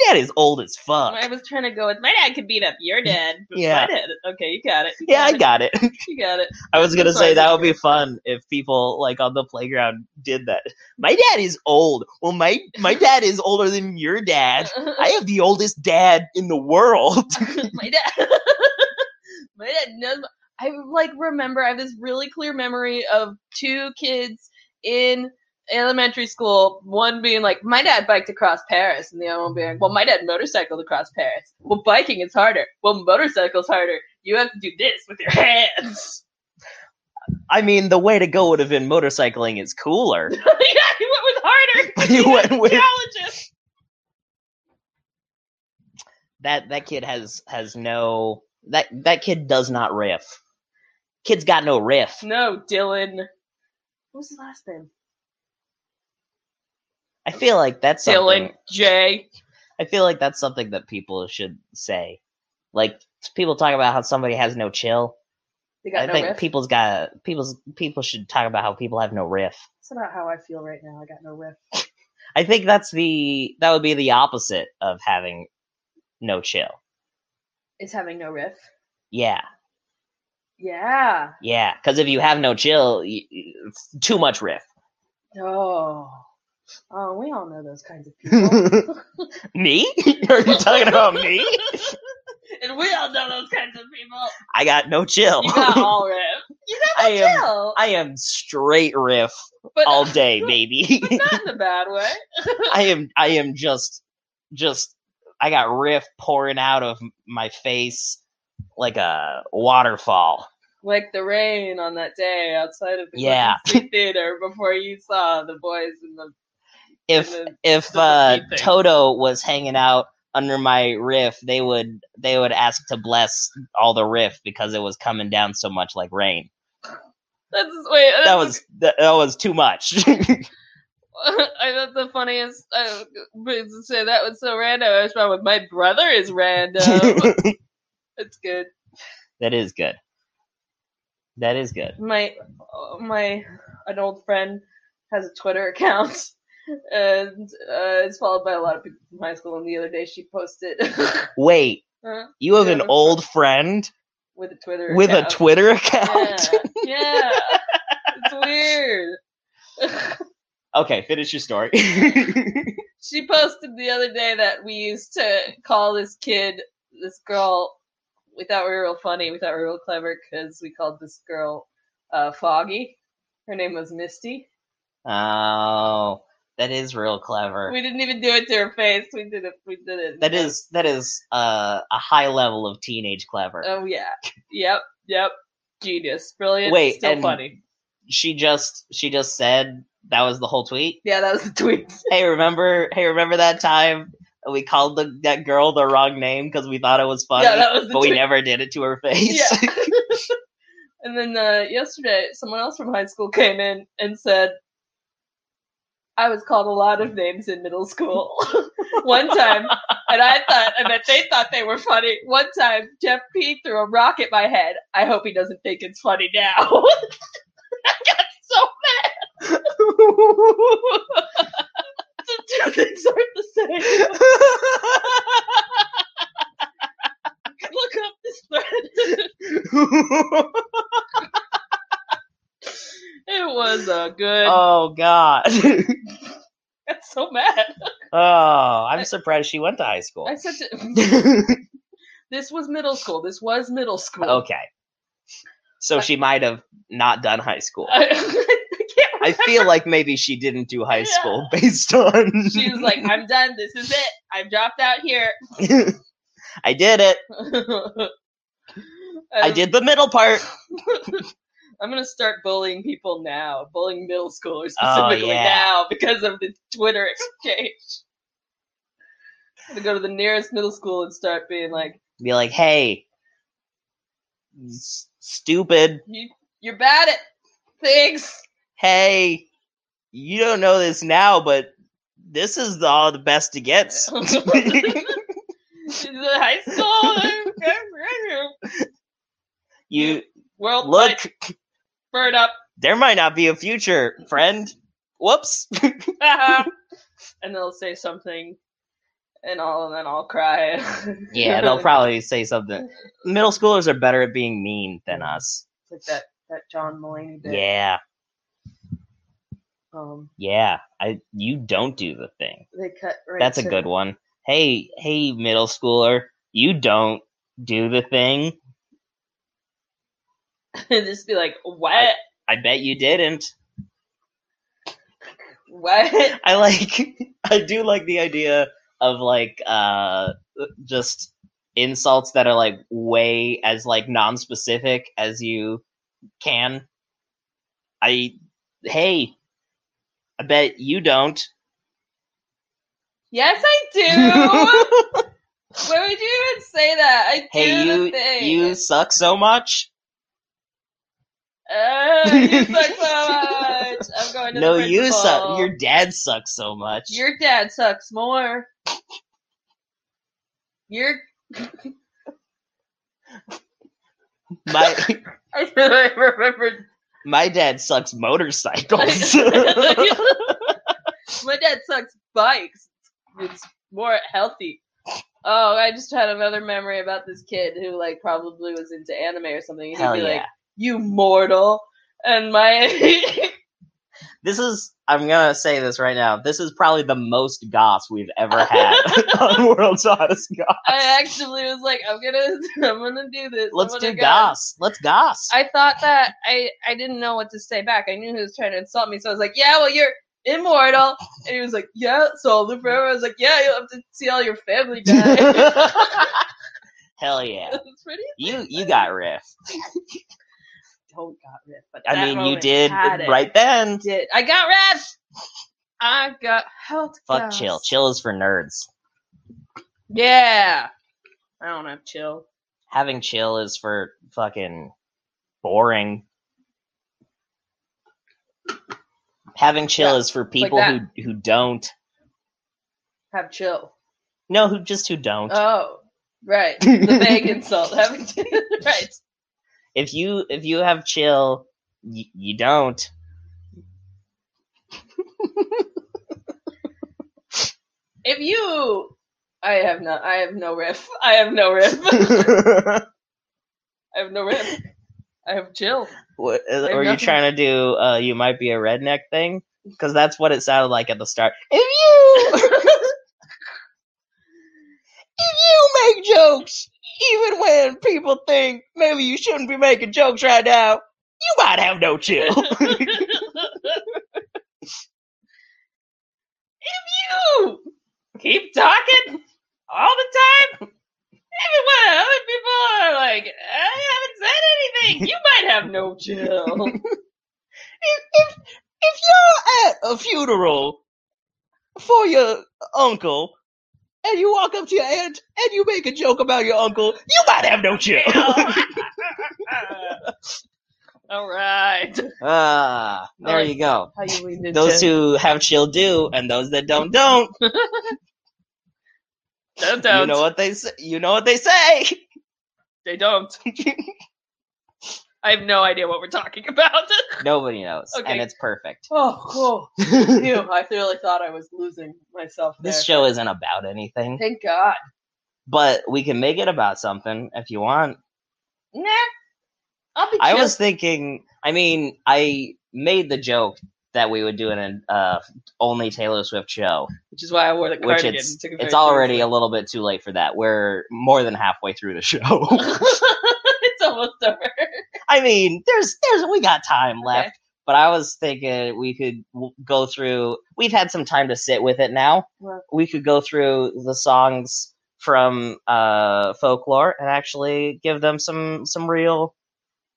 S1: Your dad is old as fuck.
S2: I was trying to go with my dad could beat up your dad. but
S1: Yeah.
S2: My dad. Okay, you got it. You
S1: Yeah, I
S2: got
S1: got it.
S2: it. You got it.
S1: I was gonna
S2: That's what I
S1: say that
S2: was
S1: would be fun if people like on the playground did that. My dad is old. Well, my my dad is older than your dad. I have the oldest dad in the world.
S2: my dad. my dad knows. I like remember. I have this really clear memory of two kids in elementary school. One being like, "My dad biked across Paris," and the other one being, "Well, my dad motorcycled across Paris." Well, biking is harder. Well, motorcycle's harder. You have to do this with your hands.
S1: I mean, the way to go would have been motorcycling is cooler.
S2: yeah, what was harder?
S1: But you
S2: He's a
S1: went with
S2: geologist.
S1: that that kid has has no that that kid does not riff. Kid's got no riff.
S2: No, Dylan. What was his last name?
S1: I feel like that's something-
S2: Dylan J.
S1: I feel like that's something that people should say. Like people talk about how somebody has no chill.
S2: They got
S1: I
S2: no
S1: think
S2: riff.
S1: people's got people's people should talk about how people have no riff.
S2: That's about how I feel right now. I got no riff.
S1: I think that's the that would be the opposite of having no chill.
S2: Is having no riff.
S1: Yeah,
S2: Yeah.
S1: yeah. Because if you have no chill, y- y- it's too much riff.
S2: Oh. Oh, we all know those kinds of people.
S1: me? Are you talking about me?
S2: and we all know those kinds of people.
S1: I got no chill.
S2: You got all riff. You got
S1: I
S2: the
S1: am-
S2: chill.
S1: I am straight riff
S2: but
S1: all day, baby.
S2: but not in a bad way.
S1: I am I am just just I got riff pouring out of my face like a waterfall.
S2: Like the rain on that day outside of the
S1: Yeah.
S2: Golden State theater before you saw the boys in the
S1: If
S2: And then
S1: if
S2: the
S1: uh,
S2: feet thing.
S1: Toto was hanging out under my riff, they would they would ask to bless all the riff because it was coming down so much like rain.
S2: that's wait that's,
S1: That was that, that was too much.
S2: I thought the funniest uh, was to say that was so random. I was wrong with my brother is random.
S1: that
S2: That's good.
S1: is good. That is good.
S2: my my an old friend has a Twitter account, and uh, it's followed by a lot of people from high school. And the other day, she posted
S1: Wait,
S2: uh,
S1: you have
S2: Yeah,
S1: an
S2: that's
S1: old friend
S2: with a Twitter
S1: with a
S2: account.
S1: Twitter account.
S2: Yeah, yeah. it's weird.
S1: Okay, finish your story.
S2: she posted the other day that we used to call this kid, this girl. We thought we were real funny. We thought we were real clever because we called this girl uh, Foggy. Her name was Misty.
S1: oh, that is real clever.
S2: We didn't even do it to her face. We did it. We did it.
S1: that is that is uh, a high level of teenage clever.
S2: Oh yeah. Yep. Yep. Genius. Brilliant.
S1: Wait,
S2: Still
S1: and-
S2: funny.
S1: she just she just said that was the whole tweet.
S2: Yeah, that was the tweet.
S1: Hey, remember? Hey, remember that time we called the, that girl the wrong name because we thought it was funny,
S2: yeah, that was the
S1: but we
S2: tweet.
S1: never did it to her face.
S2: Yeah. and then uh, yesterday, someone else from high school came in and said, "I was called a lot of names in middle school." One time, and I thought, I bet they thought they were funny. One time, Jeff P threw a rock at my head. I hope he doesn't think it's funny now. I got so mad. the two things aren't the same. Look up this thread. It was a good.
S1: oh God.
S2: I'm so mad.
S1: Oh, I'm surprised she went to high school.
S2: I said to- this was middle school. This was middle school.
S1: Okay. So she might have not done high school.
S2: I,
S1: Oh.
S2: I can't.
S1: I feel like maybe she didn't do high school based on.
S2: She was like, "I'm done. This is it. I've dropped out here."
S1: I did it. I
S2: Um,
S1: did the middle part.
S2: I'm gonna start bullying people now, bullying middle schoolers
S1: Oh,
S2: specifically
S1: yeah.
S2: now because of the Twitter exchange. I'm gonna go to the nearest middle school and start being like,
S1: Be like, hey, s- stupid.
S2: you, "You're bad at things."
S1: Hey, you don't know this now, but this is the, all the best it gets.
S2: She's in high school.
S1: you
S2: World
S1: look.
S2: Look. burn up.
S1: There might not be a future, friend. Whoops.
S2: and they'll say something, and all, and then I'll cry.
S1: Yeah, they'll probably say something. Middle schoolers are better at being mean than us.
S2: like that that John Mulaney bit.
S1: Yeah,
S2: Um,
S1: yeah. I you don't do the thing.
S2: they cut. Right
S1: That's a
S2: to-
S1: good one. Hey, hey, middle schooler, you don't do the thing.
S2: just be like, what?
S1: I bet you didn't.
S2: What?
S1: I like I do like the idea of like uh just insults that are like way as like non-specific as you can. I hey, I bet you don't.
S2: Yes, I do. Why would you even say that? I do
S1: hey,
S2: the
S1: you
S2: thing.
S1: you suck so much.
S2: Oh, you suck so much. I'm going to
S1: No,
S2: the
S1: you
S2: principal.
S1: suck. Your dad sucks so much.
S2: Your dad sucks more. Your
S1: my
S2: I really remembered.
S1: my dad sucks motorcycles.
S2: My dad sucks bikes. It's more healthy. Oh, I just had another memory about this kid who like probably was into anime or something. He'd
S1: Hell
S2: be
S1: yeah.
S2: like, "You mortal," and my
S1: This is I'm gonna say this right now. This is probably the most goss we've ever had on World's Hottest Goss.
S2: I actually was like, "I'm gonna, I'm gonna do this." I'm
S1: Let's
S2: gonna
S1: do
S2: go."
S1: goss. Let's goss.
S2: I thought that I I didn't know what to say back. I knew he was trying to insult me, so I was like, "Yeah, well, you're immortal," and he was like, "Yeah, so I'll live forever." I was like, "Yeah, you'll have to see all your family die."
S1: Hell yeah.
S2: It's pretty.
S1: You you got riff.
S2: Don't got riff, but
S1: I
S2: that
S1: mean you
S2: moment
S1: did
S2: had it.
S1: right then.
S2: Did I got riff? I got health.
S1: Fuck
S2: gas.
S1: chill. Chill is for nerds.
S2: Yeah, I don't have chill.
S1: Having chill is for fucking boring. Having chill
S2: Yeah,
S1: is for
S2: like
S1: people who who don't.
S2: Have chill.
S1: No, who just who don't.
S2: Oh, right. The vague insult. Have chill. right.
S1: if you if you have chill y- you don't
S2: If you, I have no, I have no riff. I have no riff. I have no rib. I have chill.
S1: what, uh,
S2: have
S1: or you
S2: nothing.
S1: trying to do uh you might be a redneck thing because that's what it sounded like at the start if you if you make jokes even when people think maybe you shouldn't be making jokes right now you might have no chill
S2: you keep talking all the time, everyone, other people are like, I haven't said anything. You might have no chill.
S1: if you're at a funeral for your uncle and you walk up to your aunt and you make a joke about your uncle, you might have no chill.
S2: all right.
S1: Ah, there
S2: Alright.
S1: you go.
S2: How you leaned into
S1: Those who have chill do, and those that don't don't.
S2: don't,
S1: You know what they say. You know what they say.
S2: They don't. I have no idea what we're talking about.
S1: Nobody knows,
S2: Okay.
S1: and it's perfect.
S2: oh, cool.
S1: this
S2: Ew, I really thought I was losing myself there.
S1: show isn't about anything,
S2: Thank God.
S1: but we can make it about something if you want.
S2: Nah. I'll be chill.
S1: I was thinking. I mean, I made the joke that we would do an uh, only Taylor Swift show,
S2: which is why I wore the
S1: which
S2: cardigan.
S1: it's
S2: and took it very
S1: it's already a
S2: seriously.
S1: little bit too late for that. We're more than halfway through the show.
S2: it's almost over.
S1: I mean, there's there's we got time left,
S2: Okay.
S1: but I was thinking we could w- go through. We've had some time to sit with it now.
S2: Right.
S1: We could go through the songs from uh, folklore and actually give them some some real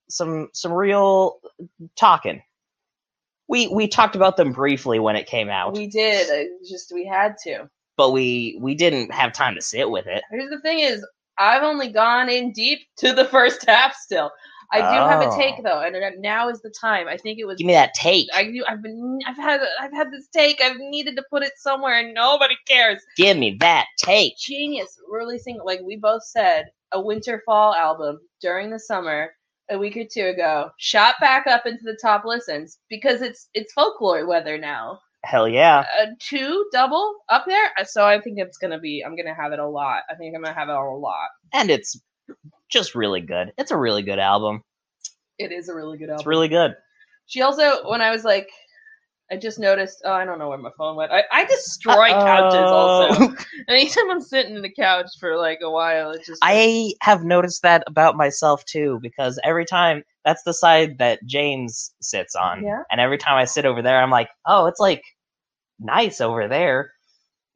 S1: some some real talking. We we talked about them briefly when it came out,
S2: We did. I just we had to.
S1: but we we didn't have time to sit with it.
S2: Here's the thing: is I've only gone in deep to the first half. Still, I do have a
S1: Oh.
S2: take though, and it- now is the time. I think it was.
S1: Give me that take.
S2: I knew I've been I've had I've had this take. I've needed to put it somewhere, and nobody cares.
S1: Give me that take.
S2: Genius releasing like we both said a winter fall album during the summer a week or two ago shot back up into the top listens because it's it's folklore weather now
S1: Hell yeah.
S2: a two double up there. uh, So I think it's gonna be. I'm gonna have it a lot. I think I'm gonna have it a lot.
S1: And it's just really good. It's a really good album.
S2: It is a really good album.
S1: It's really good.
S2: she also, when I was like, I just noticed. Oh, I don't know where my phone went. I, I destroy couches. Also, anytime I'm sitting in the couch for like a while, it just
S1: I have noticed that about myself too, because every time that's the side that James sits on.
S2: Yeah.
S1: And every time I sit over there, I'm like, oh, it's like nice over there.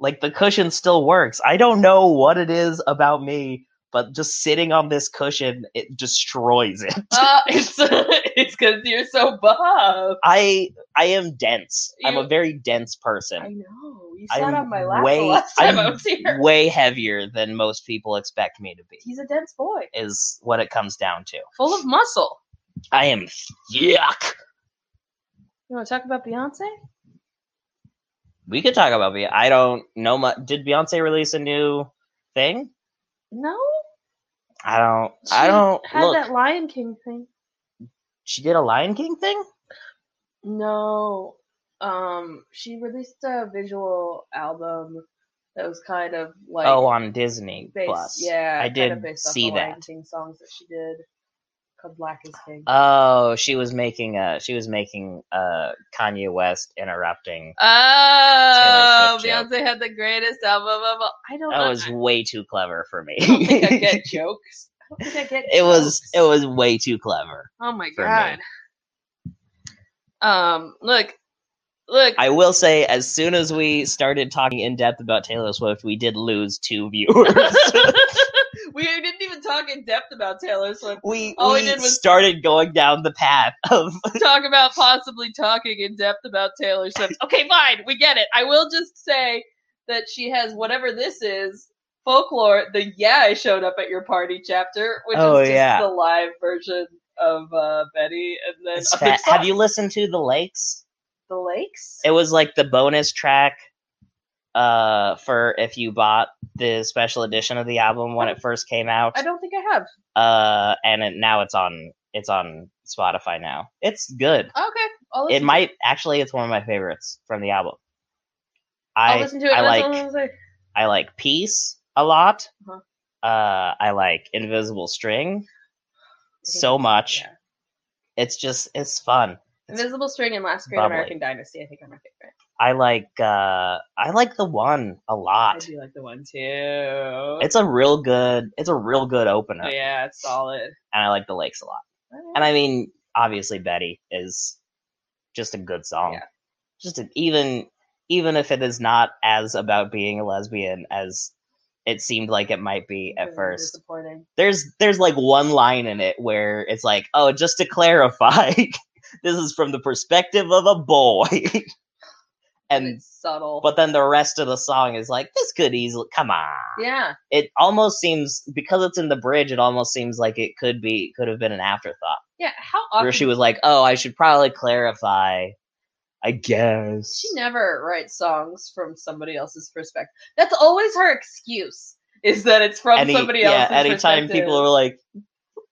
S1: Like the cushion still works. I don't know what it is about me, but just sitting on this cushion, it destroys it.
S2: Uh, it's it's because you're so buff.
S1: I I am dense. I'm a
S2: You-
S1: very dense person.
S2: I know. You sat
S1: I'm
S2: on my lap the
S1: way-
S2: last time i
S1: I'm
S2: was here.
S1: way heavier than most people expect me to be
S2: He's a dense boy,
S1: is what it comes down to
S2: full of muscle.
S1: i am yuck
S2: You want to talk about Beyonce?
S1: we could talk about beyonce i don't know much did beyonce release a new thing
S2: No,
S1: i don't i
S2: She
S1: don't
S2: Had
S1: look
S2: that Lion King thing.
S1: she did a lion king thing
S2: No. Um, she released a visual album that was kind of like
S1: oh on disney
S2: based,
S1: plus
S2: yeah,
S1: i
S2: kind of
S1: did
S2: based off
S1: see
S2: the Lion
S1: that
S2: King songs that she did called Black is King.
S1: oh she was making uh she was making uh kanye west interrupting
S2: oh,
S1: Taylor Swift
S2: had the greatest album of all. I don't
S1: that was way too clever for me
S2: I don't think I get jokes. I don't think I get.
S1: it was
S2: jokes.
S1: it was way too clever
S2: Oh my
S1: for me.
S2: god. Um, look, look.
S1: I will say, as soon as we started talking in depth about Taylor Swift, we did lose two viewers.
S2: we didn't even talk in depth about Taylor Swift.
S1: we
S2: All we
S1: we
S2: did was-
S1: started going down the path of
S2: talk about possibly talking in depth about Taylor Swift. Okay, fine, we get it. I will just say that she has whatever this is folklore. The yeah, I showed up at your party chapter, which
S1: Oh,
S2: is just
S1: yeah.
S2: the live version of uh, Betty, and then
S1: this
S2: other
S1: fa-
S2: songs.
S1: Have you listened to The Lakes?
S2: the lakes.
S1: It was like the bonus track uh for if you bought the special edition of the album when it first came out.
S2: I don't think I have.
S1: Uh and it, now it's on it's on Spotify now. It's good.
S2: Okay, I'll listen,
S1: It might actually it's one of my favorites from the album.
S2: I'll
S1: I
S2: listen to Oh, it.
S1: I
S2: and
S1: like
S2: that's all I'll say.
S1: I like Peace a lot.
S2: Uh-huh.
S1: Uh, I like Invisible String so much.
S2: Yeah.
S1: It's just it's fun. It's-
S2: Invisible String and Last Great
S1: Bubbly.
S2: American Dynasty. I think are my favorite.
S1: I like uh, I like the one a
S2: I
S1: lot.
S2: do like the one too.
S1: It's a real good it's a real good opener,
S2: Oh, yeah, it's solid.
S1: and I like the Lakes a lot. And I mean, obviously Betty is just a good song.
S2: Yeah.
S1: Just a, even even if it is not as about being a lesbian as it seemed like it might be at
S2: Really
S1: first.
S2: disappointing.
S1: there's there's like one line in it where it's like, oh, just to clarify, this is from the perspective of a boy.
S2: and,
S1: and
S2: it's subtle.
S1: but then the rest of the song is like, this could easily come on.
S2: yeah,
S1: It almost seems because it's in the bridge, it almost seems like it could be could have been an afterthought.
S2: yeah. How
S1: Where
S2: often
S1: she
S2: she,
S1: was like, Oh, I should probably clarify. I guess.
S2: never writes songs from somebody else's perspective. That's always her excuse is that it's from
S1: Any,
S2: somebody
S1: yeah,
S2: else's
S1: anytime
S2: perspective.
S1: people are like, "Hmm?"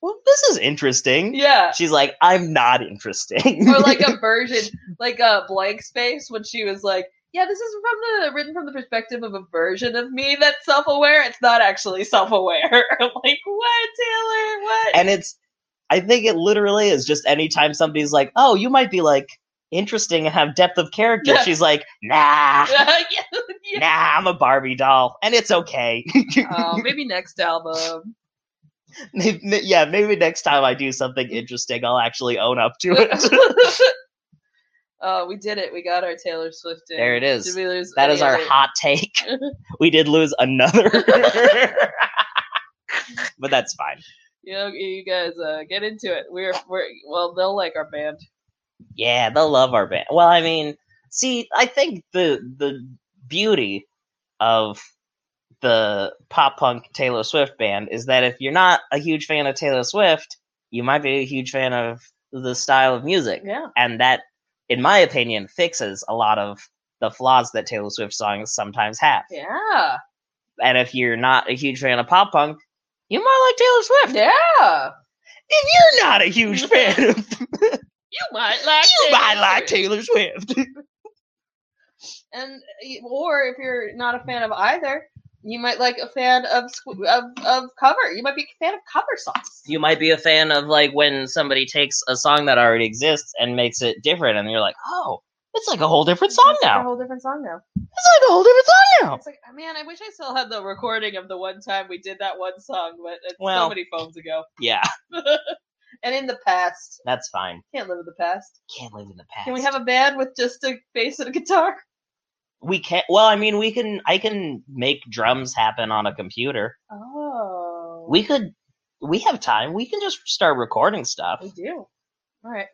S1: Well, this is interesting.
S2: yeah.
S1: She's like, I'm not interesting.
S2: Or like a version, like a blank space when she was like, "Yeah, this is from the written from the perspective of a version of me that's self-aware. It's not actually self-aware." I'm like, "What, Taylor? What?"
S1: and it's i think it literally is just anytime somebody's like oh you might be like interesting and have depth of character
S2: Yeah.
S1: she's like nah
S2: Yeah, yeah.
S1: nah i'm a barbie doll and it's okay
S2: Oh, maybe next album.
S1: yeah maybe next time i do something interesting i'll actually own up to it
S2: Oh, we did it. We got our Taylor Swift in.
S1: There it is.
S2: Did we lose
S1: that
S2: any
S1: is our
S2: other-
S1: hot take we did lose another but that's fine
S2: You know, you guys uh, get into it. We're we're well, they'll like our band.
S1: Yeah, they'll love our band. Well, I mean, see, I think the the beauty of the pop punk Taylor Swift band is that if you're not a huge fan of Taylor Swift, you might be a huge fan of the style of music.
S2: Yeah.
S1: And that, in my opinion, fixes a lot of the flaws that Taylor Swift songs sometimes have.
S2: Yeah.
S1: And if you're not a huge fan of pop punk, you might like Taylor Swift.
S2: Yeah.
S1: If you're not a huge fan of
S2: You might like
S1: you might like
S2: Swift.
S1: Taylor Swift.
S2: and or if you're not a fan of either, you might like a fan of squ- of of cover. You might be a fan of cover songs.
S1: you might be a fan of like when somebody takes a song that already exists and makes it different and you're like, oh, it's like a whole different song
S2: It's like
S1: now. Oh.
S2: a whole different song now.
S1: It's like a whole different song now.
S2: It's like, man, I wish I still had the recording of the one time we did that one song, but it's
S1: Well.
S2: so many phones ago.
S1: Yeah,
S2: And in the past,
S1: that's fine.
S2: can't live in the past.
S1: Can't live in the past.
S2: Can we have a band with just a bass and a guitar?
S1: We can't. Well, I mean, we can. I can make drums happen on a computer.
S2: Oh,
S1: We could. We have time. We can just start recording stuff.
S2: we do. All right,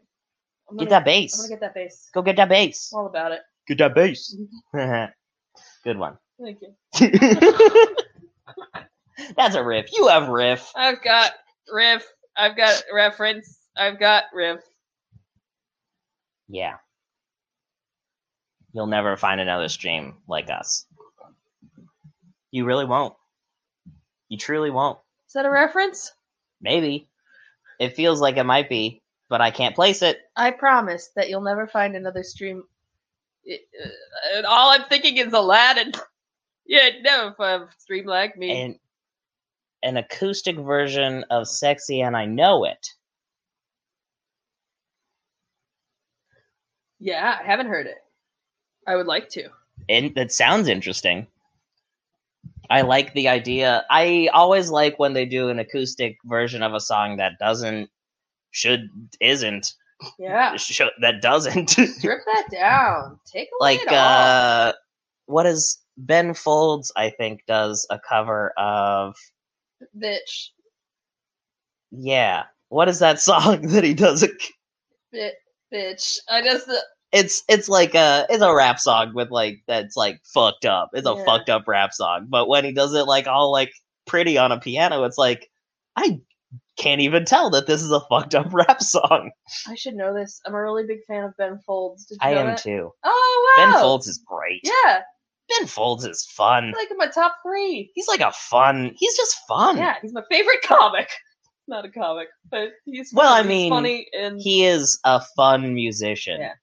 S2: I'm
S1: Get that
S2: gonna- I'm
S1: bass.
S2: gonna get that bass.
S1: Go get that bass.
S2: I'm all about it.
S1: Get that bass. Good one.
S2: Thank you.
S1: That's a riff. You have riff.
S2: I've got riff. I've got reference. I've got riff.
S1: Yeah. You'll never find another stream like us. You really won't. You truly won't.
S2: Is that a reference?
S1: Maybe. It feels like it might be, but I can't place it.
S2: I promise that you'll never find another stream. It- uh, and all I'm thinking is Aladdin. Yeah, never find a stream like me.
S1: And an acoustic version of Sexy and I Know It.
S2: yeah, I haven't heard it. I would like to.
S1: And that sounds interesting. I like the idea. I always like when they do an acoustic version of a song that doesn't should isn't
S2: Yeah,
S1: sh- that doesn't
S2: strip that down. Take away
S1: like
S2: it all.
S1: uh what is ben folds i think does a cover of
S2: bitch,
S1: yeah what is that song that he does a,
S2: bitch, bitch. I just uh,
S1: it's it's like a it's a rap song with like that's like fucked up it's a
S2: Yeah.
S1: fucked up rap song but when he does it like all like pretty on a piano it's like i can't even tell that this is a fucked up rap song
S2: I should know this. I'm a really big fan of Ben Folds. Did you
S1: i
S2: know
S1: am
S2: that?
S1: too
S2: Oh wow,
S1: ben folds is great
S2: Yeah,
S1: ben folds is fun
S2: like in my top three.
S1: he's like a fun he's just fun
S2: Yeah, he's my favorite comic. Not a comic, but he's
S1: Well, I
S2: he's
S1: mean,
S2: funny and
S1: he is a fun musician.
S2: Yeah.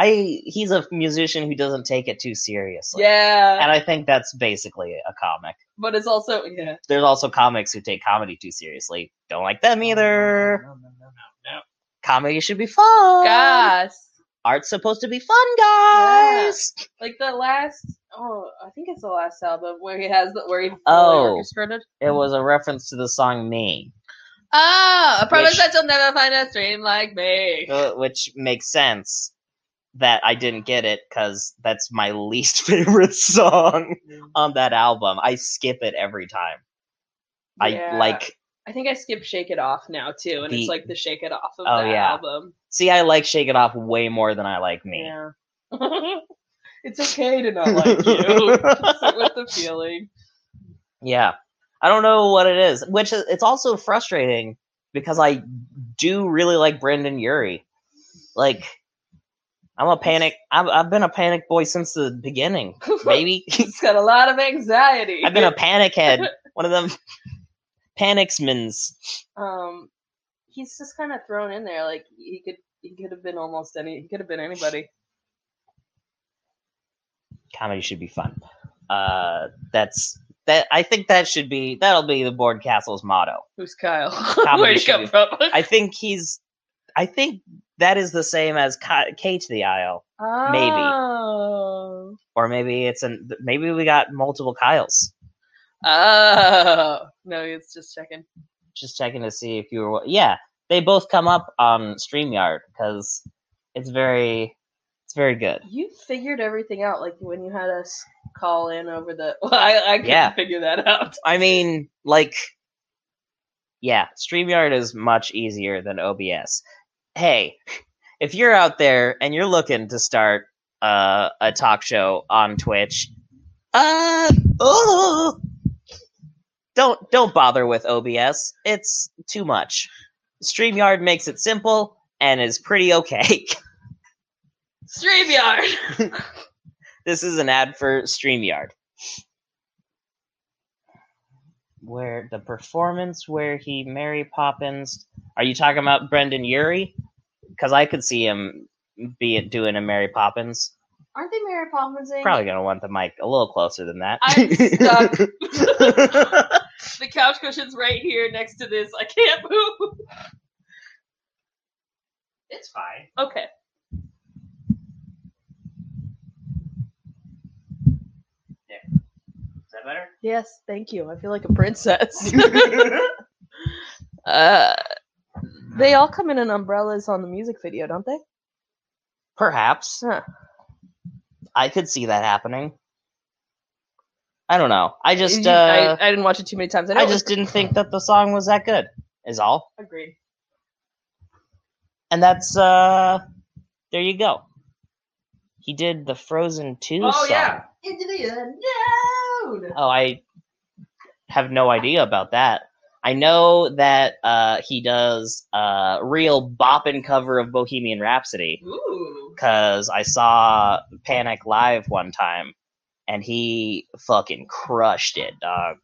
S1: I he's a musician who doesn't take it too seriously.
S2: yeah,
S1: And I think that's basically a comic.
S2: but it's also yeah.
S1: There's also comics who take comedy too seriously. Don't like them either.
S2: No, no, no, no.
S1: Comedy should be fun.
S2: Gosh,
S1: Art's supposed to be fun, guys.
S2: like the last. Oh, I think it's the last album where he has the where he
S1: Oh.
S2: orchestrated.
S1: It was a reference to the song Me,
S2: Ah, I promise
S1: Which-
S2: that you'll never find a stream like me.
S1: uh, which makes sense that I didn't get it cuz that's my least favorite song on that album. I skip it every time. I
S2: Yeah.
S1: like
S2: I think I skipped "Shake It Off" now too, and
S1: The-
S2: it's like the "Shake It Off" of
S1: Oh,
S2: that
S1: yeah.
S2: album.
S1: See, I like Shake It Off way more than I like me.
S2: Yeah, it's okay to not like you. Sit with the feeling.
S1: yeah. I don't know what it is, which is, it's also frustrating because I do really like Brendan Urie. Like, I'm a panic. I've, I've been a panic boy since the beginning, baby.
S2: He's got a lot of anxiety.
S1: I've been a panic head. One of them panicsmans.
S2: um, he's just kind of thrown in there. Like he could, he could have been almost any. He could have been anybody.
S1: Comedy should be fun. Uh, that's that. I think that should be that'll be the board castle's motto.
S2: Who's Kyle?
S1: Comedy
S2: Where'd he
S1: should
S2: come
S1: be-
S2: from?
S1: I think he's. I think that is the same as Ka- Kate the Isle, maybe.
S2: Oh.
S1: or maybe it's an. Maybe we got multiple Kyles.
S2: Oh. No, it's just checking.
S1: Just checking to see if you were. Yeah, they both come up on Streamyard because it's very, it's very good.
S2: You figured everything out, like when you had us call in over the. Well, I, I couldn't
S1: Yeah.
S2: figure that out.
S1: I mean, like, yeah, StreamYard is much easier than OBS. Hey, if you're out there and you're looking to start uh, a talk show on Twitch, uh, oh, don't don't bother with OBS. It's too much. StreamYard makes it simple and is pretty okay.
S2: StreamYard.
S1: this is an ad for StreamYard. Where the performance where he Mary Poppins. Are you talking about Brendan Urie? Because I could see him be it doing a Mary Poppins.
S2: Aren't they Mary Poppinsing?
S1: Probably gonna want the mic a little closer than that.
S2: I'm stuck. The couch cushion's right here next to this. I can't move.
S1: it's fine.
S2: Okay.
S1: Is that better?
S2: Yes, thank you. I feel like a princess. uh, they all come in in umbrellas on the music video, don't they?
S1: Perhaps.
S2: Huh.
S1: I could see that happening. I don't know. I just
S2: You-
S1: uh,
S2: I, I didn't watch it too many times. I, know
S1: I
S2: it was
S1: just didn't think that the song was that good. Is all.
S2: agreed.
S1: And that's uh there you go. He did the Frozen 2
S2: Oh,
S1: song.
S2: yeah. Into the unknown.
S1: Oh, I have no idea about that. I know that uh he does a real boppin' cover of Bohemian Rhapsody
S2: Ooh.
S1: cuz I saw Panic live one time and he fucking crushed it, dog.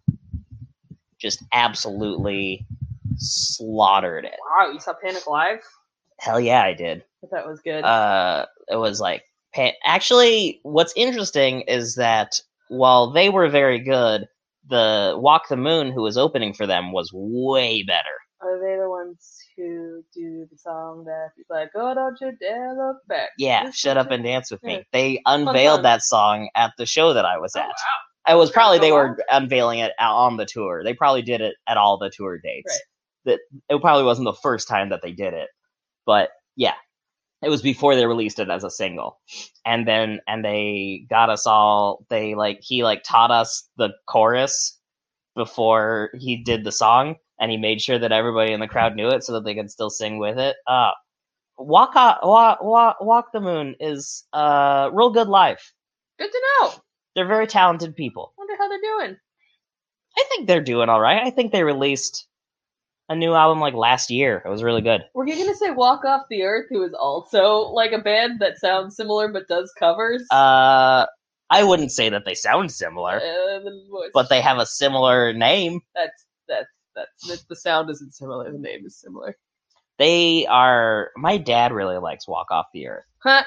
S1: Just absolutely slaughtered it.
S2: Wow, you saw Panic Live?
S1: Hell yeah, I did.
S2: I thought that was good.
S1: uh, it was like pan- actually what's interesting is that while they were very good the walk the moon who was opening for them was way better
S2: Are they the ones who do the song that's like, oh, don't you dare look back?
S1: yeah
S2: This
S1: shut
S2: is
S1: up and dance with
S2: Yeah.
S1: me they unveiled
S2: time.
S1: that song at the show that i was
S2: Oh,
S1: at
S2: wow.
S1: it was probably they
S2: Oh,
S1: were unveiling it out on the tour they probably did it at all the tour dates that it probably wasn't the first time that they did it but yeah it was before they released it as a single and then and they got us all they like he like taught us the chorus before he did the song and he made sure that everybody in the crowd knew it so that they could still sing with it uh walk walk walk, walk the moon is uh real good life
S2: Good to know.
S1: they're very talented people
S2: Wonder how they're doing.
S1: I think they're doing all right. I think they released a new album like last year. It was really good.
S2: Were you gonna say Walk Off the Earth, who is also like a band that sounds similar but does covers?
S1: Uh, I wouldn't say that they sound
S2: Uh,
S1: similar,
S2: the voice-
S1: but they have a similar name.
S2: that's that's that's that, the sound isn't similar. The name is similar.
S1: They are. My dad really likes Walk Off the Earth.
S2: Huh?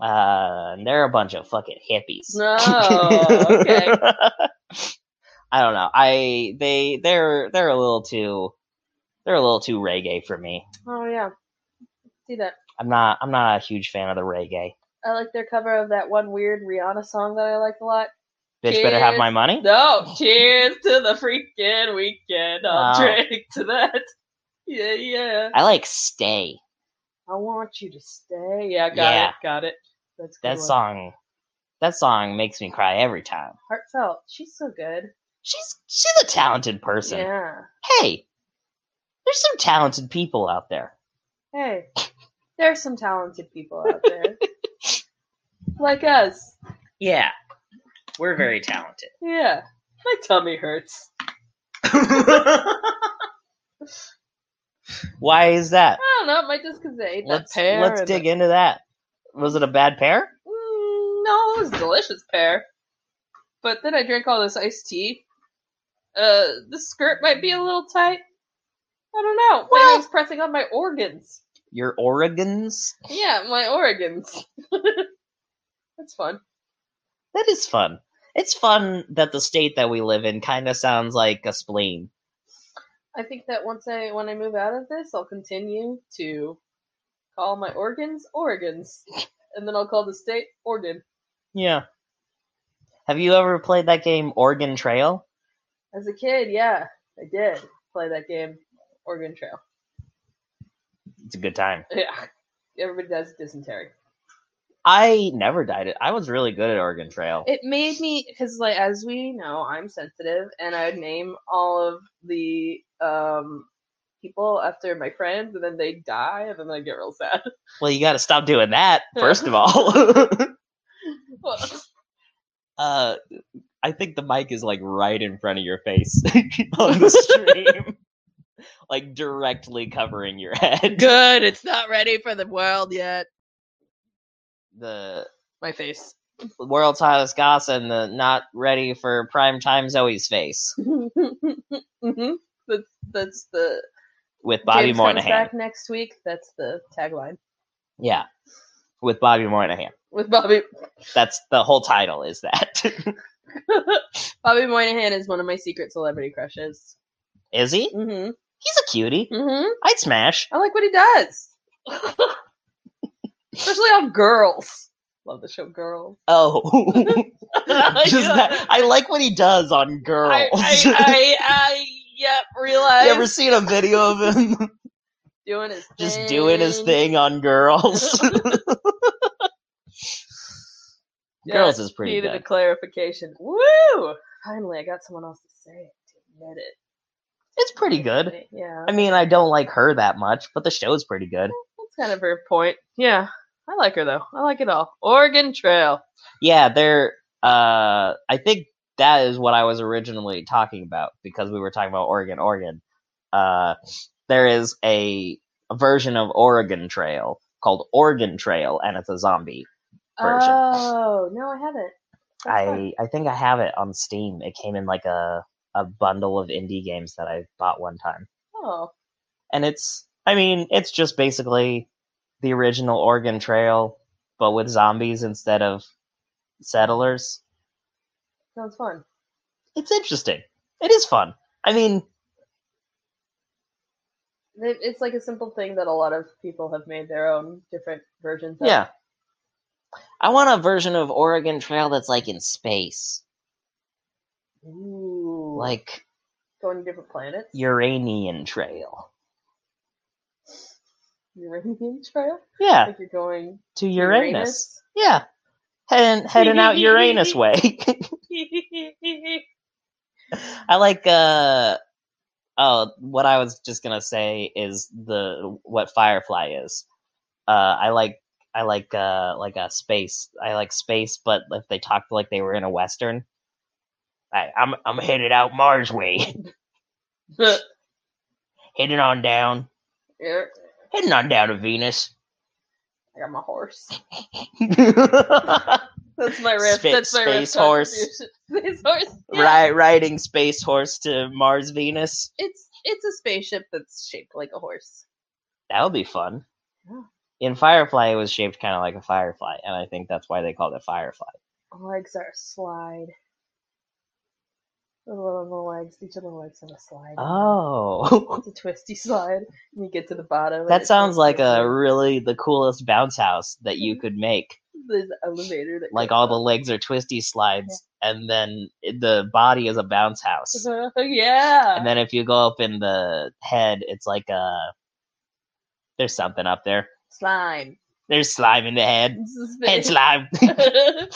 S1: Uh, and they're a bunch of fucking hippies.
S2: No. Oh, Okay.
S1: I don't know. I they they're they're a little too they're a little too reggae for me.
S2: Oh yeah. See that.
S1: I'm not I'm not a huge fan of the reggae.
S2: I like their cover of that one weird Rihanna song that I liked a lot.
S1: Bitch, better have
S2: Cheers.
S1: my money.
S2: No, cheers to the freaking weekend. I'll
S1: Wow.
S2: drink to that. Yeah, yeah.
S1: I like Stay.
S2: I want you to stay. Yeah, got
S1: Yeah.
S2: it, got it. That's a good
S1: That
S2: one.
S1: song, that song makes me cry every time.
S2: Heartfelt. She's so good.
S1: She's she's a talented person.
S2: Yeah.
S1: Hey, there's some talented people out there.
S2: Hey, there's some talented people out there. like us.
S1: Yeah, we're very talented.
S2: Yeah. My tummy hurts.
S1: Why is that?
S2: I don't know. It might just because I ate
S1: Let's
S2: that pear.
S1: let's
S2: and
S1: dig
S2: the-
S1: into that. Was it a bad pair?
S2: Mm, no, it was a delicious pear. But then I drank all this iced tea. Uh, the skirt might be a little tight. I don't know. Well,
S1: Well-
S2: it's pressing on my organs.
S1: Your Oregons?
S2: Yeah, my organs. That's fun.
S1: That is fun. It's fun that the state that we live in kind of sounds like a spleen.
S2: I think that once I when I move out of this, I'll continue to call my organs organs, and then I'll call the state Oregon.
S1: Yeah. Have you ever played that game Oregon Trail?
S2: As a kid, yeah, I did play that game, Oregon Trail.
S1: It's a good time.
S2: Yeah, everybody does dysentery.
S1: I never dyed it. I was really good at Oregon Trail.
S2: It made me because, like, as we know, I'm sensitive, and I would name all of the um, people after my friends, and then they die, and then I get real sad.
S1: well, you got to stop doing that first of all. uh, I think the mic is like right in front of your face on the stream, like directly covering your head.
S2: Good, it's not ready for the world yet.
S1: The
S2: My face.
S1: world's hottest goss and the not ready for prime time Zoe's face
S2: hmm That's that's the
S1: with Bobby
S2: James comes
S1: Moynihan.
S2: back next week. That's the tagline
S1: Yeah, with Bobby Moynihan.
S2: with Bobby.
S1: That's the whole title. Is that?
S2: Bobby Moynihan is one of my secret celebrity crushes.
S1: is he?
S2: hmm
S1: He's a cutie.
S2: hmm
S1: I'd smash.
S2: I like what he does, especially on girls. Love the show Girls.
S1: Oh, just that. I like what he does on girls.
S2: I, I, I, I yep, realize
S1: you ever seen a video of him
S2: doing his thing.
S1: just doing his thing on girls?
S2: Yeah,
S1: girls is pretty
S2: Needed a
S1: good.
S2: clarification. Woo! Finally, I got someone else to say it. to Get it?
S1: It's pretty good.
S2: Yeah,
S1: I mean, I don't like her that much, but the show's pretty good.
S2: that's kind of her point. Yeah, I like her though. I like it all. Oregon Trail.
S1: Yeah, they're. Uh, I think that is what I was originally talking about because we were talking about Oregon, Oregon. Uh, there is a, a version of Oregon Trail called Oregon Trail, and it's a zombie. Version.
S2: Oh no, I haven't. That's fun.
S1: I I think I have it on Steam. It came in like a a bundle of indie games that I bought one time,
S2: oh
S1: and it's. I mean, it's just basically the original Oregon Trail, but with zombies instead of settlers.
S2: sounds fun.
S1: it's interesting. It is fun. I mean,
S2: It- It's like a simple thing that a lot of people have made their own different versions. Of.
S1: yeah. I want a version of Oregon Trail that's like in space,
S2: Ooh,
S1: like
S2: going to different planets.
S1: Uranian Trail.
S2: Uranian Trail.
S1: Yeah,
S2: Like you're going
S1: to Uranus. Yeah, heading heading out Uranus way.
S2: Uranus?
S1: I like. uh Oh, what I was just gonna say is the what Firefly is. Uh, I like. I like uh like a space. I like space, but if they talked like they were in a western, I, I'm I'm headed out Mars way. heading on down,
S2: Here,
S1: heading on down to Venus.
S2: I got my horse.
S1: Ri-
S2: That's my riff.
S1: Spa-
S2: That's my riff
S1: space horse.
S2: contribution. Space horse. Yeah.
S1: Riding space horse to Mars, Venus.
S2: It's it's a spaceship that's shaped like a horse.
S1: That would be fun.
S2: Yeah.
S1: In Firefly, it was shaped kind of like a firefly, and I think that's why they called it Firefly.
S2: Legs are a slide. The little, little legs, each of the legs have a slide.
S1: Oh,
S2: It's a twisty slide. And you get to the bottom. and
S1: that
S2: it's
S1: sounds like a
S2: twisty.
S1: really Mm-hmm. the coolest bounce house that you could make.
S2: There's an elevator that
S1: Like all the legs are twisty slides, and then it- the body is a bounce house.
S2: the yeah.
S1: And then if you go up in the head, it's like a there's something up there.
S2: slime.
S1: There's slime in the head.
S2: This is
S1: Head
S2: space.
S1: slime.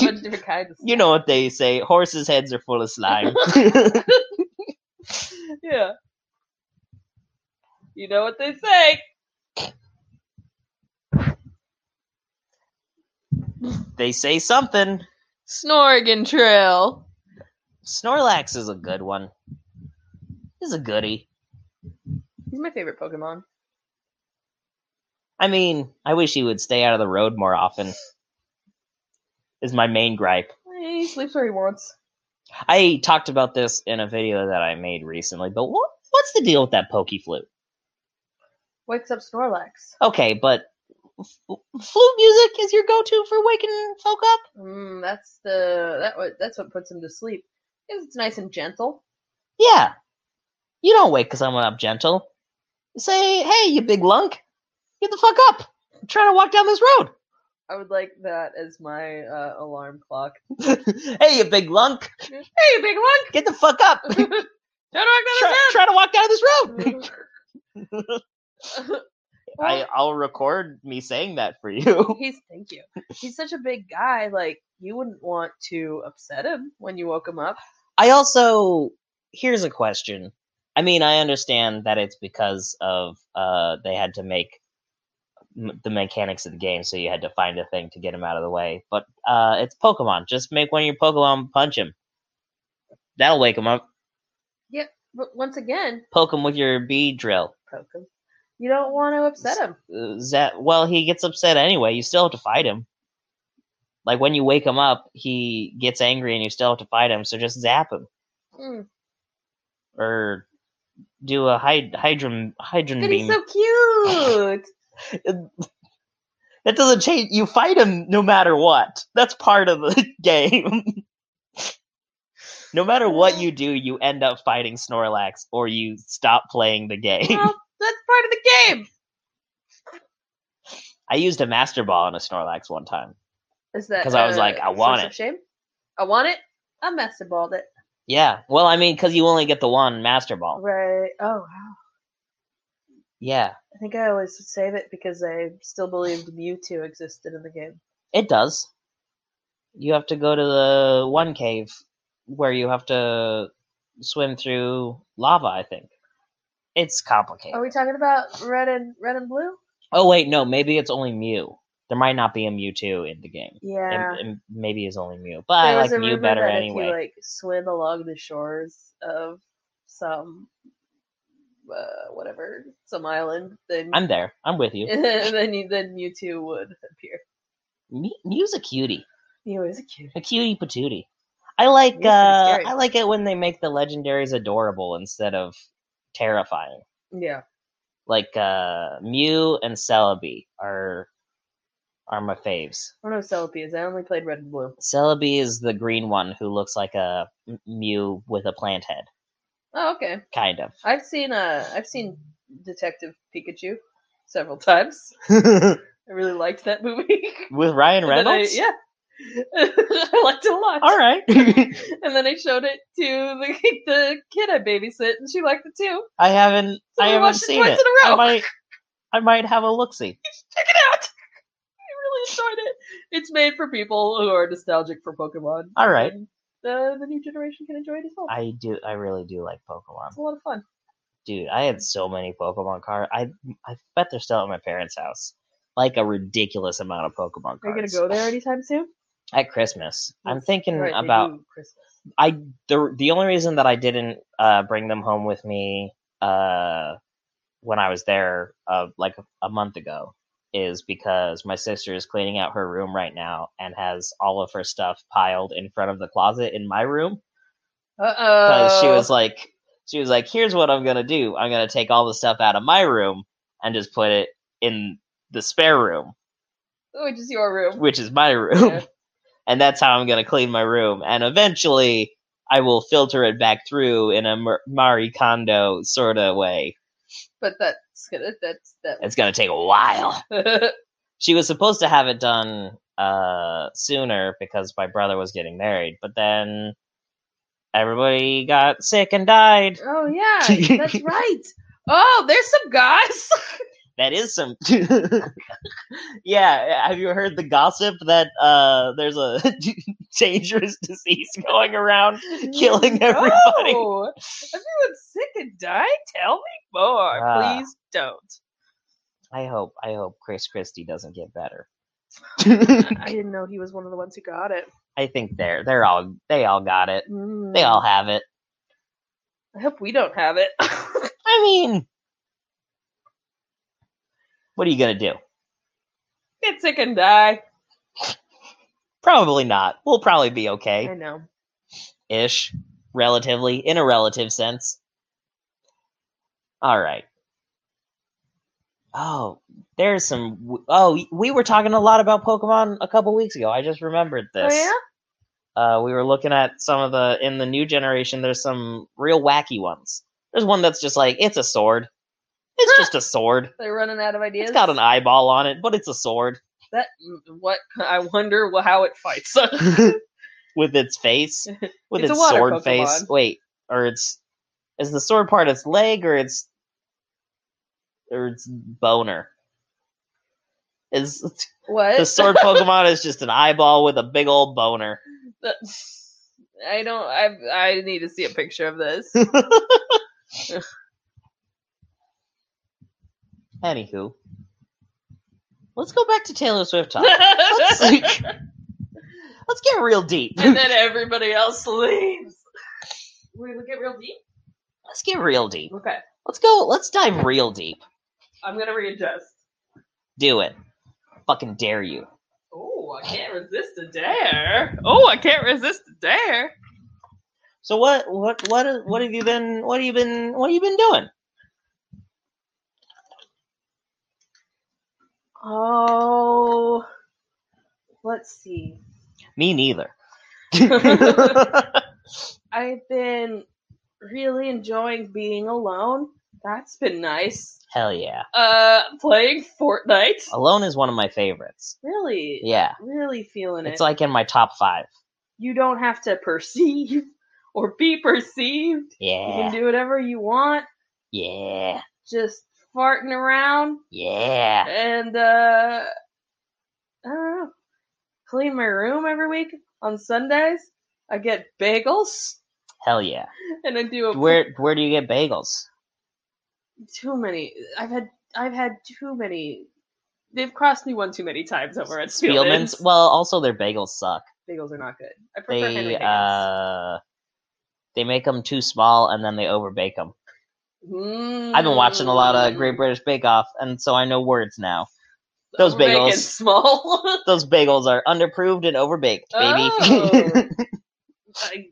S2: What different kinds of
S1: You know what they say. Horses' heads are full of slime.
S2: slime. Yeah. You know what they say.
S1: they say something.
S2: Snorgan Trail.
S1: Snorlax is a good one. He's a goodie.
S2: He's my favorite Pokemon.
S1: I mean, I wish he would stay out of the road more often. Is my main gripe.
S2: He sleeps where he wants.
S1: I talked about this in a video that I made recently, but what what's the deal with that pokey flute?
S2: Wakes up Snorlax.
S1: Okay, but f- flute music is your go-to for waking folk up?
S2: Mm, that's the that wa- that's what puts him to sleep. Because it's nice and gentle.
S1: Yeah. You don't wake someone up gentle. You say, hey, you big lunk, get the fuck up. I'm trying to walk down this
S2: I would like that as my uh, alarm clock.
S1: road. hey, you big lunk,
S2: hey, you big one!
S1: get the fuck up.
S2: Don't walk
S1: Try,
S2: that
S1: try to walk down this road.
S2: down.
S1: I, Oh. I'll record me saying that for you.
S2: He's thank you. He's such a big guy. Like you wouldn't want to upset him when you woke him up.
S1: I also here's a question. I mean, I understand that it's because of uh, they had to make m- the mechanics of the game, so you had to find a thing to get him out of the way. But uh, it's Pokemon. Just make one of your Pokemon punch him. That'll wake him up.
S2: But once again,
S1: Poke him with your bee drill.
S2: poke him. You don't want to upset him.
S1: Uh, Zat, well, he gets upset anyway. You still have to fight him. Like when you wake him up, he gets angry, and you still have to fight him. So just zap him
S2: Mm.
S1: or do a hyd- hydron hydron
S2: But
S1: beam.
S2: he's so cute.
S1: That doesn't change. You fight him no matter what. That's part of the game. no matter what you do, you end up fighting Snorlax or you stop playing the game.
S2: well, that's part of the game.
S1: I used a Master Ball on a Snorlax one time.
S2: Is that uh,
S1: 'Cause I was like, I want
S2: source of
S1: it.
S2: Shame. I want it. I master balled it.
S1: Yeah. Well, I mean, because you only get the one Master Ball.
S2: Right. Oh wow.
S1: Yeah.
S2: I think I always would save it because I still believed Mewtwo existed in the game.
S1: It does. You have to go to the one cave where you have to swim through lava, I think. It's complicated.
S2: Are we talking about red and red and blue?
S1: Oh wait, no, maybe it's only Mew. There might not be a Mewtwo in the game.
S2: Yeah.
S1: And- and maybe it's only Mew. But I
S2: There
S1: like
S2: was a
S1: Mew
S2: rumor
S1: better
S2: that
S1: anyway.
S2: If you, like swim along the shores of some uh, whatever some island, then
S1: I'm there. I'm with you.
S2: then you then you two would appear.
S1: Me- Mew's a cutie.
S2: He was a cute.
S1: A cutie patootie. I like
S2: Mew's pretty
S1: uh
S2: scary.
S1: I like it when they make the legendaries adorable instead of terrifying.
S2: Yeah.
S1: Like uh Mew and Celebi are are my faves.
S2: I don't know Celebi is. I only played red and blue.
S1: Celebi is the green one who looks like a M- Mew with a plant head,
S2: Oh, okay.
S1: kind of.
S2: I've seen uh I've seen Detective Pikachu several times.
S1: with
S2: I really liked that movie.
S1: Ryan
S2: And then I-
S1: Reynolds?
S2: yeah. I liked it a lot.
S1: All right.
S2: And then I showed it to the the kid I babysit, and she liked it too.
S1: I haven't.
S2: So
S1: I
S2: we
S1: haven't
S2: watched it
S1: seen
S2: twice
S1: it.
S2: in a
S1: I
S2: row.
S1: might. I might have a look see.
S2: check it out. I really enjoyed it. It's made for people who are nostalgic for Pokemon.
S1: All right.
S2: And, uh, the new generation can enjoy it as well.
S1: I do. I really do like
S2: it's
S1: Pokemon,
S2: a lot of fun.
S1: dude. I had so many Pokemon cards. I I bet they're still at my parents' house. Like a ridiculous amount of Pokemon cards.
S2: Are you gonna go there anytime soon?
S1: at Christmas? I'm
S2: Yes.
S1: thinking
S2: Right, they
S1: about
S2: do Christmas.
S1: I the the only reason that I didn't uh, bring them home with me uh, when I was there uh, like a month ago is because my sister is cleaning out her room right now and has all of her stuff piled in front of the closet in my room.
S2: Uh
S1: Because
S2: oh.
S1: she was like, she was like, here's what I'm gonna do. I'm gonna take all the stuff out of my room and just put it in the spare room,
S2: Oh, which is your room.
S1: which is my room.
S2: Yeah.
S1: and that's how I'm going to clean my room. And eventually, I will filter it back through in a Mar- Marie Kondo sort of way.
S2: But that's gonna that's that.
S1: It's going to take a while. She was supposed to have it done uh, sooner because my brother was getting married, but then everybody got sick and died.
S2: oh yeah, that's right. Oh, there's some guys.
S1: That is some. yeah, have you heard the gossip that uh, there's a dangerous disease going around killing everybody?
S2: No! Everyone's sick and dying. Tell me more,
S1: Ah.
S2: please. Don't.
S1: I hope I hope Chris Christie doesn't get better.
S2: I didn't know he was one of the ones who got it.
S1: I think they're they're all they all got it. They
S2: Mm.
S1: all have it.
S2: I hope we don't have it.
S1: I mean, what are you gonna do?
S2: Get sick and die.
S1: Probably not. We'll probably be
S2: I
S1: okay
S2: know.
S1: ish, relatively in a relative sense. All right. Oh, there's some. w- Oh, we were talking a lot about Pokemon a couple weeks ago. I just remembered this.
S2: Oh yeah.
S1: Uh, we were looking at some of the in the new generation. There's some real wacky ones. There's one that's just like it's a sword. It's just a sword.
S2: They're running out of ideas.
S1: It's got an eyeball on it, but it's a sword
S2: that. mm, What? I wonder wh- how it fights.
S1: with its face, with
S2: It's
S1: its,
S2: a water
S1: sword face.
S2: Pokemon.
S1: Wait, or it's is the sword part its leg or its or its boner? Is the
S2: What?
S1: sword Pokemon is just an eyeball with a big old boner.
S2: I don't. I I need to see a picture of this.
S1: Anywho, let's go back to Taylor Swift talk. Let's,
S2: and
S1: let's get real deep.
S2: then everybody else leaves. We look at real deep.
S1: Let's get real deep.
S2: Okay,
S1: Let's go. Let's dive real deep.
S2: I'm gonna readjust.
S1: Do it. Fucking dare you.
S2: Oh, I can't resist a dare. Oh, I can't resist a dare.
S1: So what? What? What? What have you been? What have you been? What have you been doing?
S2: Oh, let's see.
S1: Me neither.
S2: I've been really enjoying being alone. That's been nice.
S1: Hell yeah.
S2: Uh, playing Fortnite.
S1: Alone is one of my favorites.
S2: Really,
S1: Oh. Yeah.
S2: really feeling it.
S1: It's like in my top five.
S2: you don't have to perceive or be perceived. You can
S1: Yeah.
S2: do whatever you want.
S1: Yeah.
S2: Just farting around
S1: Yeah.
S2: and uh, I don't know. Clean my room every week on Sundays. I get bagels
S1: Hell yeah.
S2: and I do a
S1: Where where do you get bagels?
S2: too many. I've had I've had too many. They've crossed me one too many times over at
S1: Spielman's.
S2: Spielman's.
S1: Well, also their bagels suck.
S2: Bagels are not good. I prefer
S1: They
S2: Henry Bagels.
S1: uh they make them too small and then they overbake them. I've been watching a lot of
S2: Mm.
S1: Great British Bake Off, and so I know words now.
S2: Over
S1: those
S2: bacon
S1: bagels.
S2: small.
S1: Those bagels are underproved and overbaked, baby.
S2: Oh. I,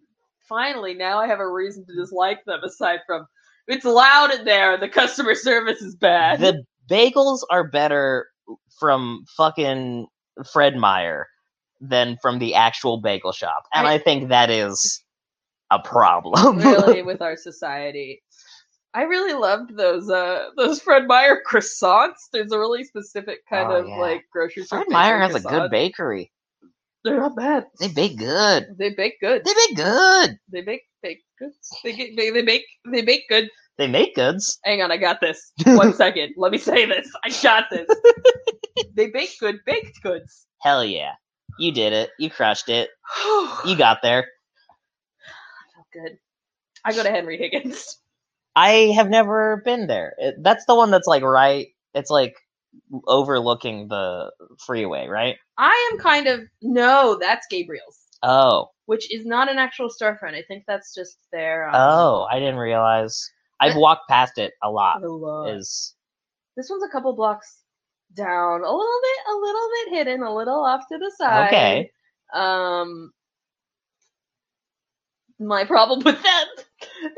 S2: finally, now I have a reason to dislike them aside from it's loud in there and the customer service is bad.
S1: the bagels are better from fucking Fred Meyer than from the actual bagel shop, and I,
S2: I-
S1: think that is a problem.
S2: really, with our society. I really loved those uh those Fred Meyer croissants. There's a really specific kind
S1: Oh,
S2: of
S1: yeah.
S2: like grocery store.
S1: Fred Meyer has
S2: bakery
S1: a good
S2: croissant.
S1: bakery.
S2: They're not bad.
S1: They bake good.
S2: They bake good.
S1: They bake good.
S2: They bake bake goods. They get they, they bake they bake good
S1: They make goods.
S2: Hang on, I got this. One second. Let me say this. I got this. they bake good baked goods.
S1: Hell yeah. You did it. You crushed it. You got there.
S2: good. I go to Henry Higgins.
S1: I have never been there. It- That's the one that's like right. It's like overlooking the freeway, right?
S2: I am kind of no, that's Gabriel's,
S1: Oh,
S2: which is not an actual storefront. I think that's just their um,
S1: oh, I didn't realize. I've walked past it a lot.
S2: little, uh,
S1: Is
S2: This one's a couple blocks down, a little bit, a little bit hidden, a little off to the side.
S1: okay.
S2: Um, my problem with that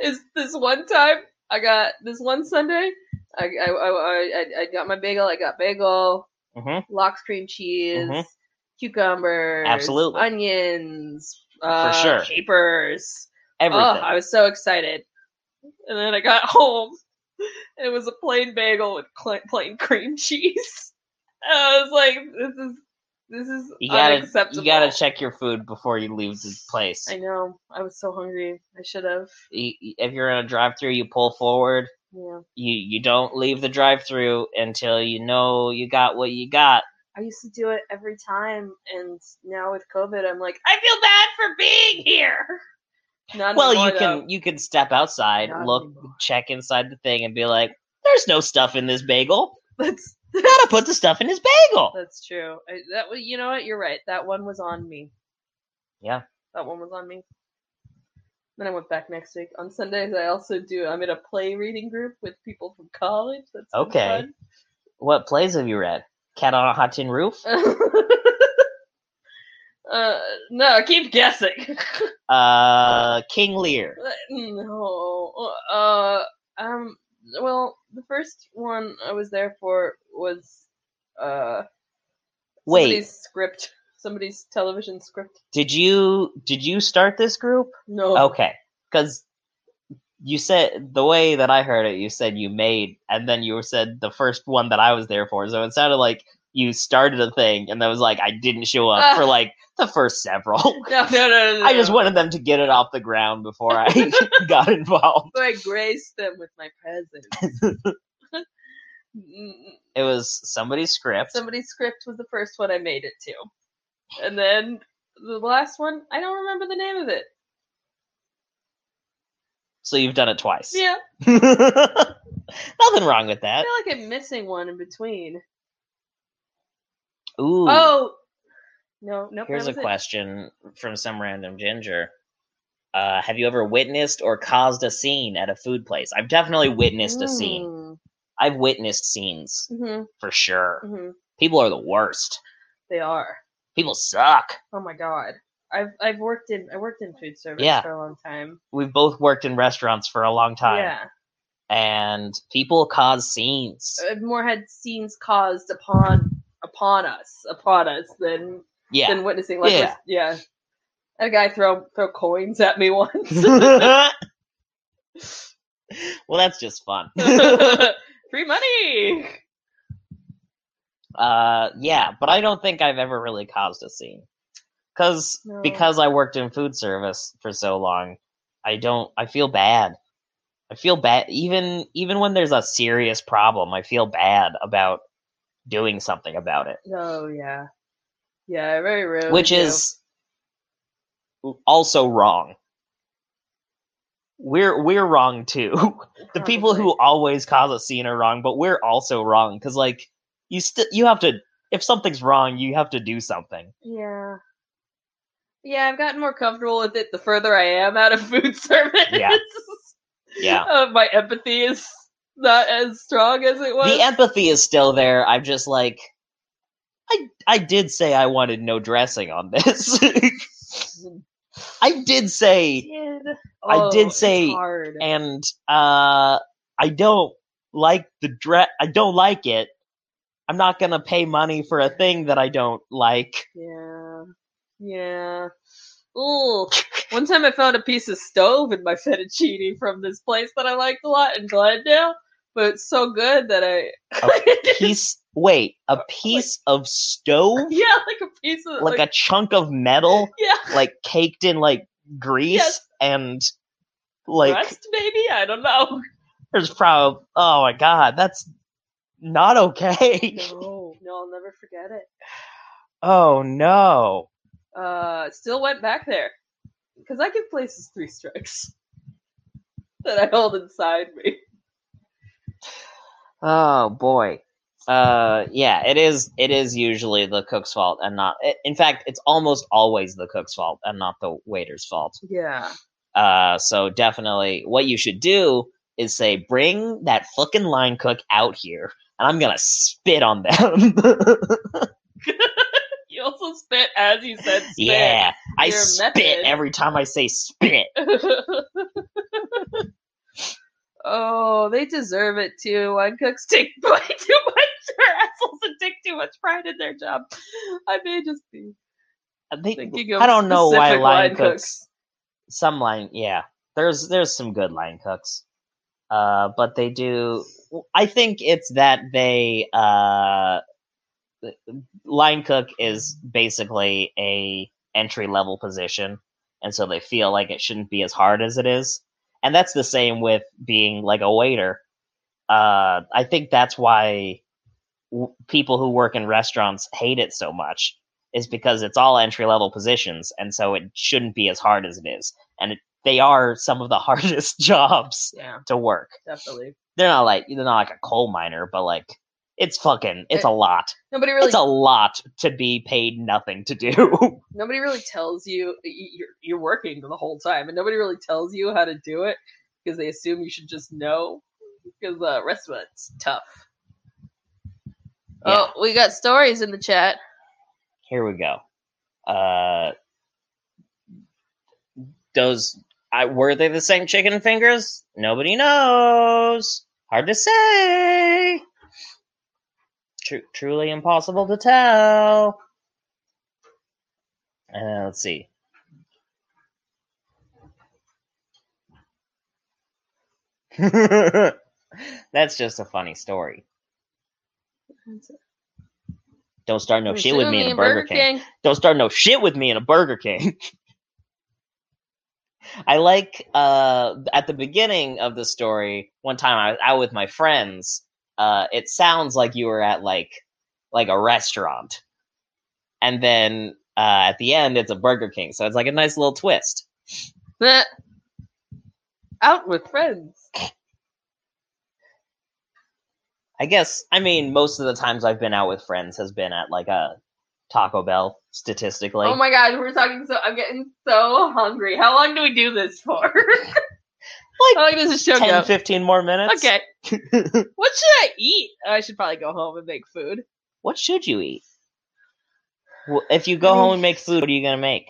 S2: is this one time I got this one Sunday. I I I, I, I got my bagel. I got bagel,
S1: hmm
S2: lox cream cheese,
S1: Mhm.
S2: cucumbers,
S1: Absolutely.
S2: onions, uh,
S1: sure.
S2: capers. Oh,
S1: Everything.
S2: I was so excited, and then I got home. and It was a plain bagel with cl- plain cream cheese. I was like, "This is this is
S1: you gotta
S2: unacceptable."
S1: you gotta check your food before you leave the place.
S2: I know. I was so hungry. I should have.
S1: Y- y- If you're in a drive-through, you pull forward.
S2: Yeah.
S1: You you don't leave the drive-through until you know you got what you got.
S2: I used to do it every time, and now with COVID, I'm like, I feel bad for being here. Not
S1: Well,
S2: anymore,
S1: you can you can step outside,
S2: though. Not
S1: look,
S2: anymore.
S1: check inside the thing, and be like, "There's no stuff in this bagel.
S2: That's
S1: Gotta put the stuff in his bagel."
S2: that's true. I, that was, you know what? You're right. That one was on me.
S1: Yeah.
S2: That one was on me. Then I went back next week on Sundays. I also do. I'm in a play reading group with people from college. That's been
S1: Okay.
S2: fun.
S1: What plays have you read? Cat on a Hot Tin Roof.
S2: uh, no, keep guessing.
S1: Uh, King Lear.
S2: No. Uh, um. Well, the first one I was there for was uh
S1: Wait,
S2: somebody's script, somebody's television script.
S1: did you did you start this group?
S2: No.
S1: Okay, because you said the way that I heard it, you said you made, and then you said the first one that I was there for. So it sounded like you started a thing, and that was like I didn't show up for
S2: Ah.
S1: like the first several.
S2: No, no, no, no, no.
S1: I just wanted them to get it off the ground before I got involved.
S2: So I graced them with my presence. N-
S1: It was somebody's script.
S2: Somebody's script was the first one I made it to, and then the last one I don't remember the name of it.
S1: so you've done it twice.
S2: Yeah,
S1: Nothing wrong with that.
S2: I feel like I'm missing one in between.
S1: Ooh.
S2: Oh, no, no.
S1: Here's a question from some random ginger. Uh, have you ever witnessed or caused a scene at a food place? I've definitely witnessed a scene. I've witnessed scenes
S2: hmm
S1: for sure.
S2: hmm
S1: People are the worst.
S2: They are.
S1: People suck.
S2: Oh my god. I've I've worked in I worked in food service
S1: Yeah.
S2: for a long time.
S1: We've both worked in restaurants for a long time,
S2: Yeah.
S1: and people cause scenes.
S2: I've more had scenes caused upon upon us upon us than
S1: yeah.
S2: than witnessing like
S1: Yeah.
S2: yeah. yeah. Had a guy throw throw coins at me once.
S1: well, that's just fun.
S2: Free money.
S1: Uh, yeah, but I don't think I've ever really caused a scene. Cause
S2: No.
S1: because I worked in food service for so long, I don't I feel bad. I feel bad even even when there's a serious problem, I feel bad about doing something about it.
S2: Oh yeah. Uh, Yeah, very rude.
S1: Which is also wrong. We're we're wrong too. the people who always cause a scene are wrong, but we're also wrong because like you still you have to if something's wrong, you have to do something.
S2: Yeah. Yeah, I've gotten more comfortable with it the further I am out of food service.
S1: Yeah. Yeah.
S2: Uh, my empathy is not as strong as it was.
S1: the empathy is still there. I'm just like, I I did say I wanted no dressing on this. I did say,
S2: did.
S1: I did
S2: Oh, it's
S1: say-
S2: hard.
S1: and uh, I don't like the dress. I don't like it. I'm not gonna pay money for a thing that I don't like.
S2: Yeah. Yeah. Ooh. One time I found a piece of stove in my fettuccine from this place that I liked a lot in Glendale, but it's so good that I.
S1: Piece. wait, a piece of stove,
S2: yeah, like a piece of.
S1: like a chunk of metal,
S2: yeah,
S1: like caked in like grease
S2: Yes.
S1: and like
S2: breast maybe? I don't know.
S1: There's probably oh my god, that's not okay.
S2: No, no, I'll never forget it.
S1: Oh no.
S2: Uh, still went back there. Because I give places three strikes that I hold inside me.
S1: Oh boy. Uh yeah, it is it is usually the cook's fault and not i- in fact, it's almost always the cook's fault and not the waiter's fault.
S2: Yeah.
S1: Uh so definitely what you should do is say bring that fucking line cook out here and I'm going to spit on them.
S2: You also spit as you said spit.
S1: yeah. I
S2: Your
S1: spit
S2: method.
S1: every time I say spit.
S2: oh, they deserve it too. Line cooks take way too much their assholes and take too much pride in their job. I may just be
S1: They,
S2: thinking of
S1: I don't know why
S2: specific
S1: line cooks some line yeah there's there's some good line cooks uh but they do i think it's that they uh line cook is basically a entry level position and so they feel like it shouldn't be as hard as it is and that's the same with being like a waiter uh i think that's why w- people who work in restaurants hate it so much is because it's all entry level positions and so it shouldn't be as hard as it is and it, they are some of the hardest jobs
S2: Yeah,
S1: to work
S2: definitely.
S1: they're not like they're not like a coal miner but like it's fucking it's a lot
S2: Nobody really
S1: it's a lot to be paid nothing to do
S2: nobody really tells you y- you're you're working the whole time, and nobody really tells you how to do it because they assume you should just know because uh, restaurants tough.
S1: Yeah.
S2: Oh, we got stories in the chat.
S1: here we go uh those I, were they the same chicken fingers nobody knows hard to say Tru- truly impossible to tell uh, let's see that's just a funny story don't start no shit with me in a burger, king. don't start no shit with me in a Burger King. I like uh, at the beginning of the story, one time I was out with my friends uh, it sounds like you were at like like a restaurant, and then uh, at the end it's a Burger King. So it's like a nice little twist.
S2: Bleh. Out with friends.
S1: I guess I mean most of the times I've been out with friends has been at like a Taco Bell. Statistically,
S2: oh my god, we're talking so. I'm getting so hungry. How long do we do this for? How long does this show
S1: 10,
S2: go?
S1: 15 more minutes.
S2: Okay. what should I eat? Oh, I should probably go home and make food.
S1: What should you eat? Well, if you go home and make food, what are you gonna make?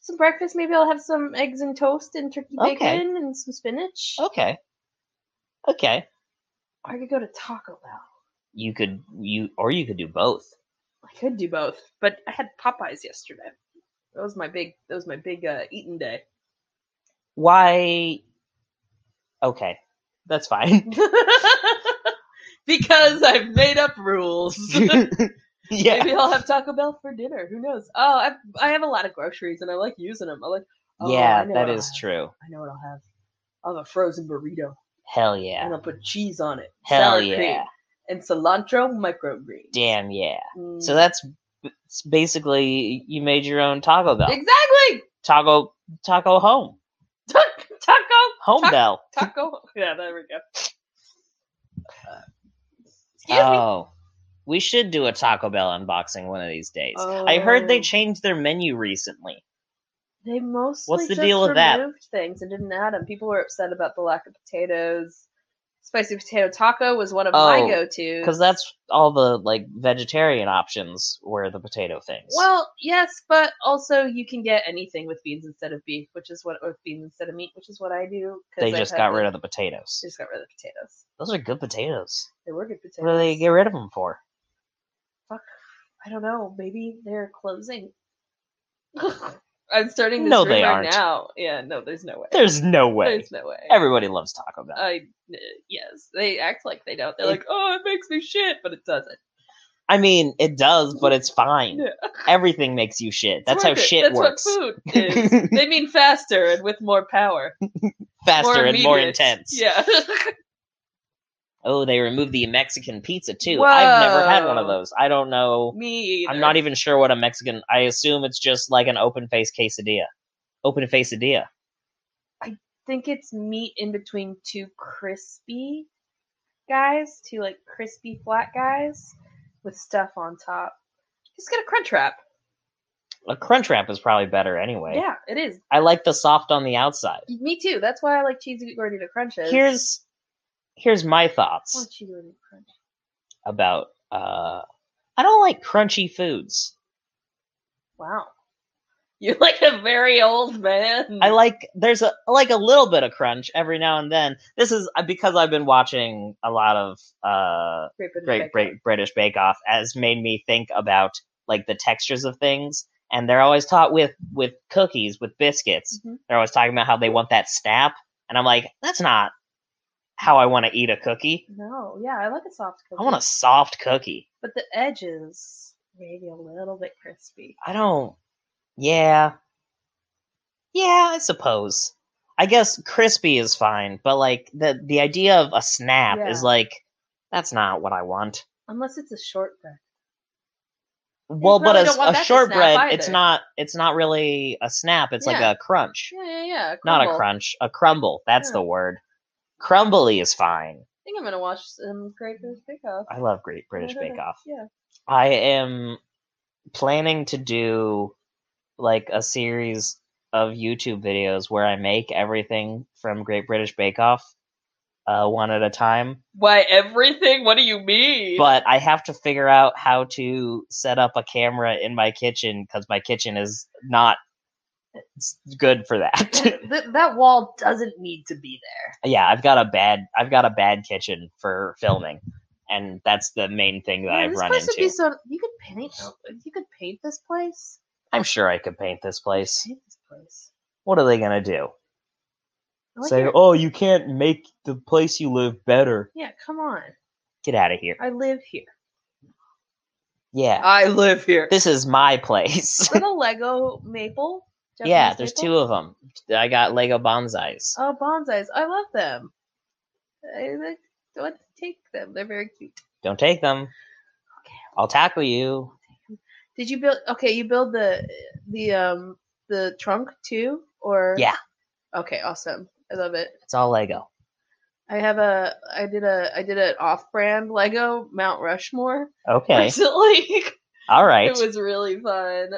S2: Some breakfast, maybe I'll have some eggs and toast and turkey
S1: Okay. Oh.
S2: bacon and some spinach.
S1: Okay. Okay.
S2: Or I could go to Taco Bell.
S1: You could you or you could do both.
S2: I could do both, but I had Popeyes yesterday. That was my big. That was my big uh, eating day.
S1: Why? Okay, that's fine.
S2: because I've made up rules.
S1: yeah.
S2: Maybe I'll have Taco Bell for dinner. Who knows? Oh, I I have a lot of groceries and I like using them. I like. Oh, I
S1: yeah,
S2: know
S1: that
S2: what I'll
S1: is
S2: have.
S1: true.
S2: I know what I'll have. I'll have a frozen burrito
S1: Hell
S2: and
S1: yeah.
S2: I'll put cheese on it.
S1: Hell
S2: sour
S1: yeah.
S2: cream, and cilantro microgreens.
S1: Damn yeah.
S2: Mm.
S1: So that's it's basically you made your own Taco Bell.
S2: exactly
S1: Taco Taco Home.
S2: Ta- taco
S1: Home
S2: Taco-
S1: Bell.
S2: taco. Yeah, there we go. Uh, Excuse me.
S1: Oh. We should do a Taco Bell unboxing one of these days. I heard they
S2: Oh.
S1: changed their menu recently.
S2: They mostly
S1: What's the
S2: just
S1: deal with that?
S2: removed things and didn't add them. People were upset about the lack of potatoes. Spicy potato taco was one of
S1: Oh,
S2: my go-tos.
S1: Because that's all the like vegetarian options were the potato things.
S2: Well, yes, but also you can get anything with beans instead of beef, which is what with beans instead of meat, which is what I do.
S1: they just got rid of the potatoes.
S2: just got rid of the potatoes.
S1: Those are good potatoes.
S2: They were good potatoes.
S1: What do they get rid of them for?
S2: I don't know. Maybe they're closing. I'm starting this
S1: No,
S2: rumor
S1: they aren't.
S2: now. Yeah, no, there's no way.
S1: There's no way.
S2: There's no way.
S1: Everybody loves Taco Bell.
S2: I uh, yes, they act like they don't. They're
S1: It-
S2: like, oh, it makes me shit, but it doesn't.
S1: I mean, it does, but it's fine.
S2: Yeah.
S1: Everything makes you shit.
S2: It's
S1: That's how
S2: worth it.
S1: shit
S2: That's
S1: works.
S2: what food is. they mean faster and with more power,
S1: Faster
S2: more
S1: and more
S2: immediate.
S1: intense.
S2: Yeah.
S1: Oh, they removed the Mexican pizza too. I've never had one of
S2: Whoa.
S1: those. I don't know.
S2: me.
S1: I'm
S2: either.
S1: not even sure what a Mexican. I assume it's just like an open face quesadilla. Open quesadilla.
S2: think it's meat in between two crispy guys, two like crispy flat guys with stuff on top. Just get a crunch wrap.
S1: A crunch wrap is probably better anyway.
S2: Yeah, it is.
S1: I like the soft on the outside.
S2: Me too. That's why I like cheesy gordita crunches.
S1: Here's here's my
S2: I want
S1: thoughts
S2: cheesy gordita crunch.
S1: about uh I don't like crunchy foods.
S2: Wow, you're like a very old man.
S1: I like there's a I like a little bit of crunch every now and then. This is uh, because I've been watching a lot of uh
S2: grape and
S1: Great
S2: bacon.
S1: Brit- British Bake Off has made me think about like the textures of things and they're always taught with with cookies with biscuits.
S2: Mhm.
S1: They're always talking about how they want that snap and I'm like that's not how I want to eat a cookie.
S2: No, yeah, I like a soft cookie.
S1: I want a soft cookie.
S2: but the edges maybe a little bit crispy.
S1: I don't. Yeah. Yeah, I suppose. I guess crispy is fine, but like the the idea of a snap is
S2: Yeah.
S1: like that's not what I want.
S2: Unless it's a shortbread.
S1: Well, but
S2: probably
S1: a,
S2: don't want
S1: a
S2: that to snap
S1: shortbread, it's
S2: either.
S1: not it's not really a snap. It's
S2: Yeah.
S1: like a crunch,
S2: Yeah, yeah, yeah.
S1: not a
S2: crumble.
S1: crunch, a crumble. That's
S2: Yeah.
S1: the word. Crumbly is fine.
S2: I think I'm gonna watch some Great British Bake Off.
S1: I love Great British
S2: I don't
S1: Bake
S2: know.
S1: Off.
S2: Yeah.
S1: I am planning to do like a series of YouTube videos where I make everything from Great British Bake Off uh, one at a time.
S2: Why everything? What do you mean?
S1: But I have to figure out how to set up a camera in my kitchen because my kitchen is not s- good for that.
S2: Th- that wall doesn't need to be there.
S1: yeah, I've got a bad I've got a bad kitchen for filming, and that's the main thing that
S2: Man,
S1: I've
S2: this
S1: run
S2: place
S1: into.
S2: would be so. You could paint. You could paint this place.
S1: I'm sure I could paint this place.
S2: Paint this place.
S1: What are they gonna do?
S2: I like
S1: say,
S2: it.
S1: "Oh, you can't make the place you live better."
S2: Yeah, come on.
S1: Get out of here.
S2: I live here.
S1: Yeah,
S2: I live here.
S1: this is my place.
S2: Little Lego maple.
S1: yeah,
S2: Japanese
S1: there's
S2: maple?
S1: two of them. I got Lego bonsais.
S2: Oh, bonsais. I love them. I, I- what? take them. They're very cute.
S1: Don't take them. I'll tackle you.
S2: Did you build? Okay, you build the the um the trunk too, or
S1: Yeah.
S2: Okay, awesome. I love it.
S1: It's all Lego.
S2: I have a I did a I did an off-brand Lego Mount Rushmore
S1: Okay.
S2: recently.
S1: All right.
S2: it was really fun.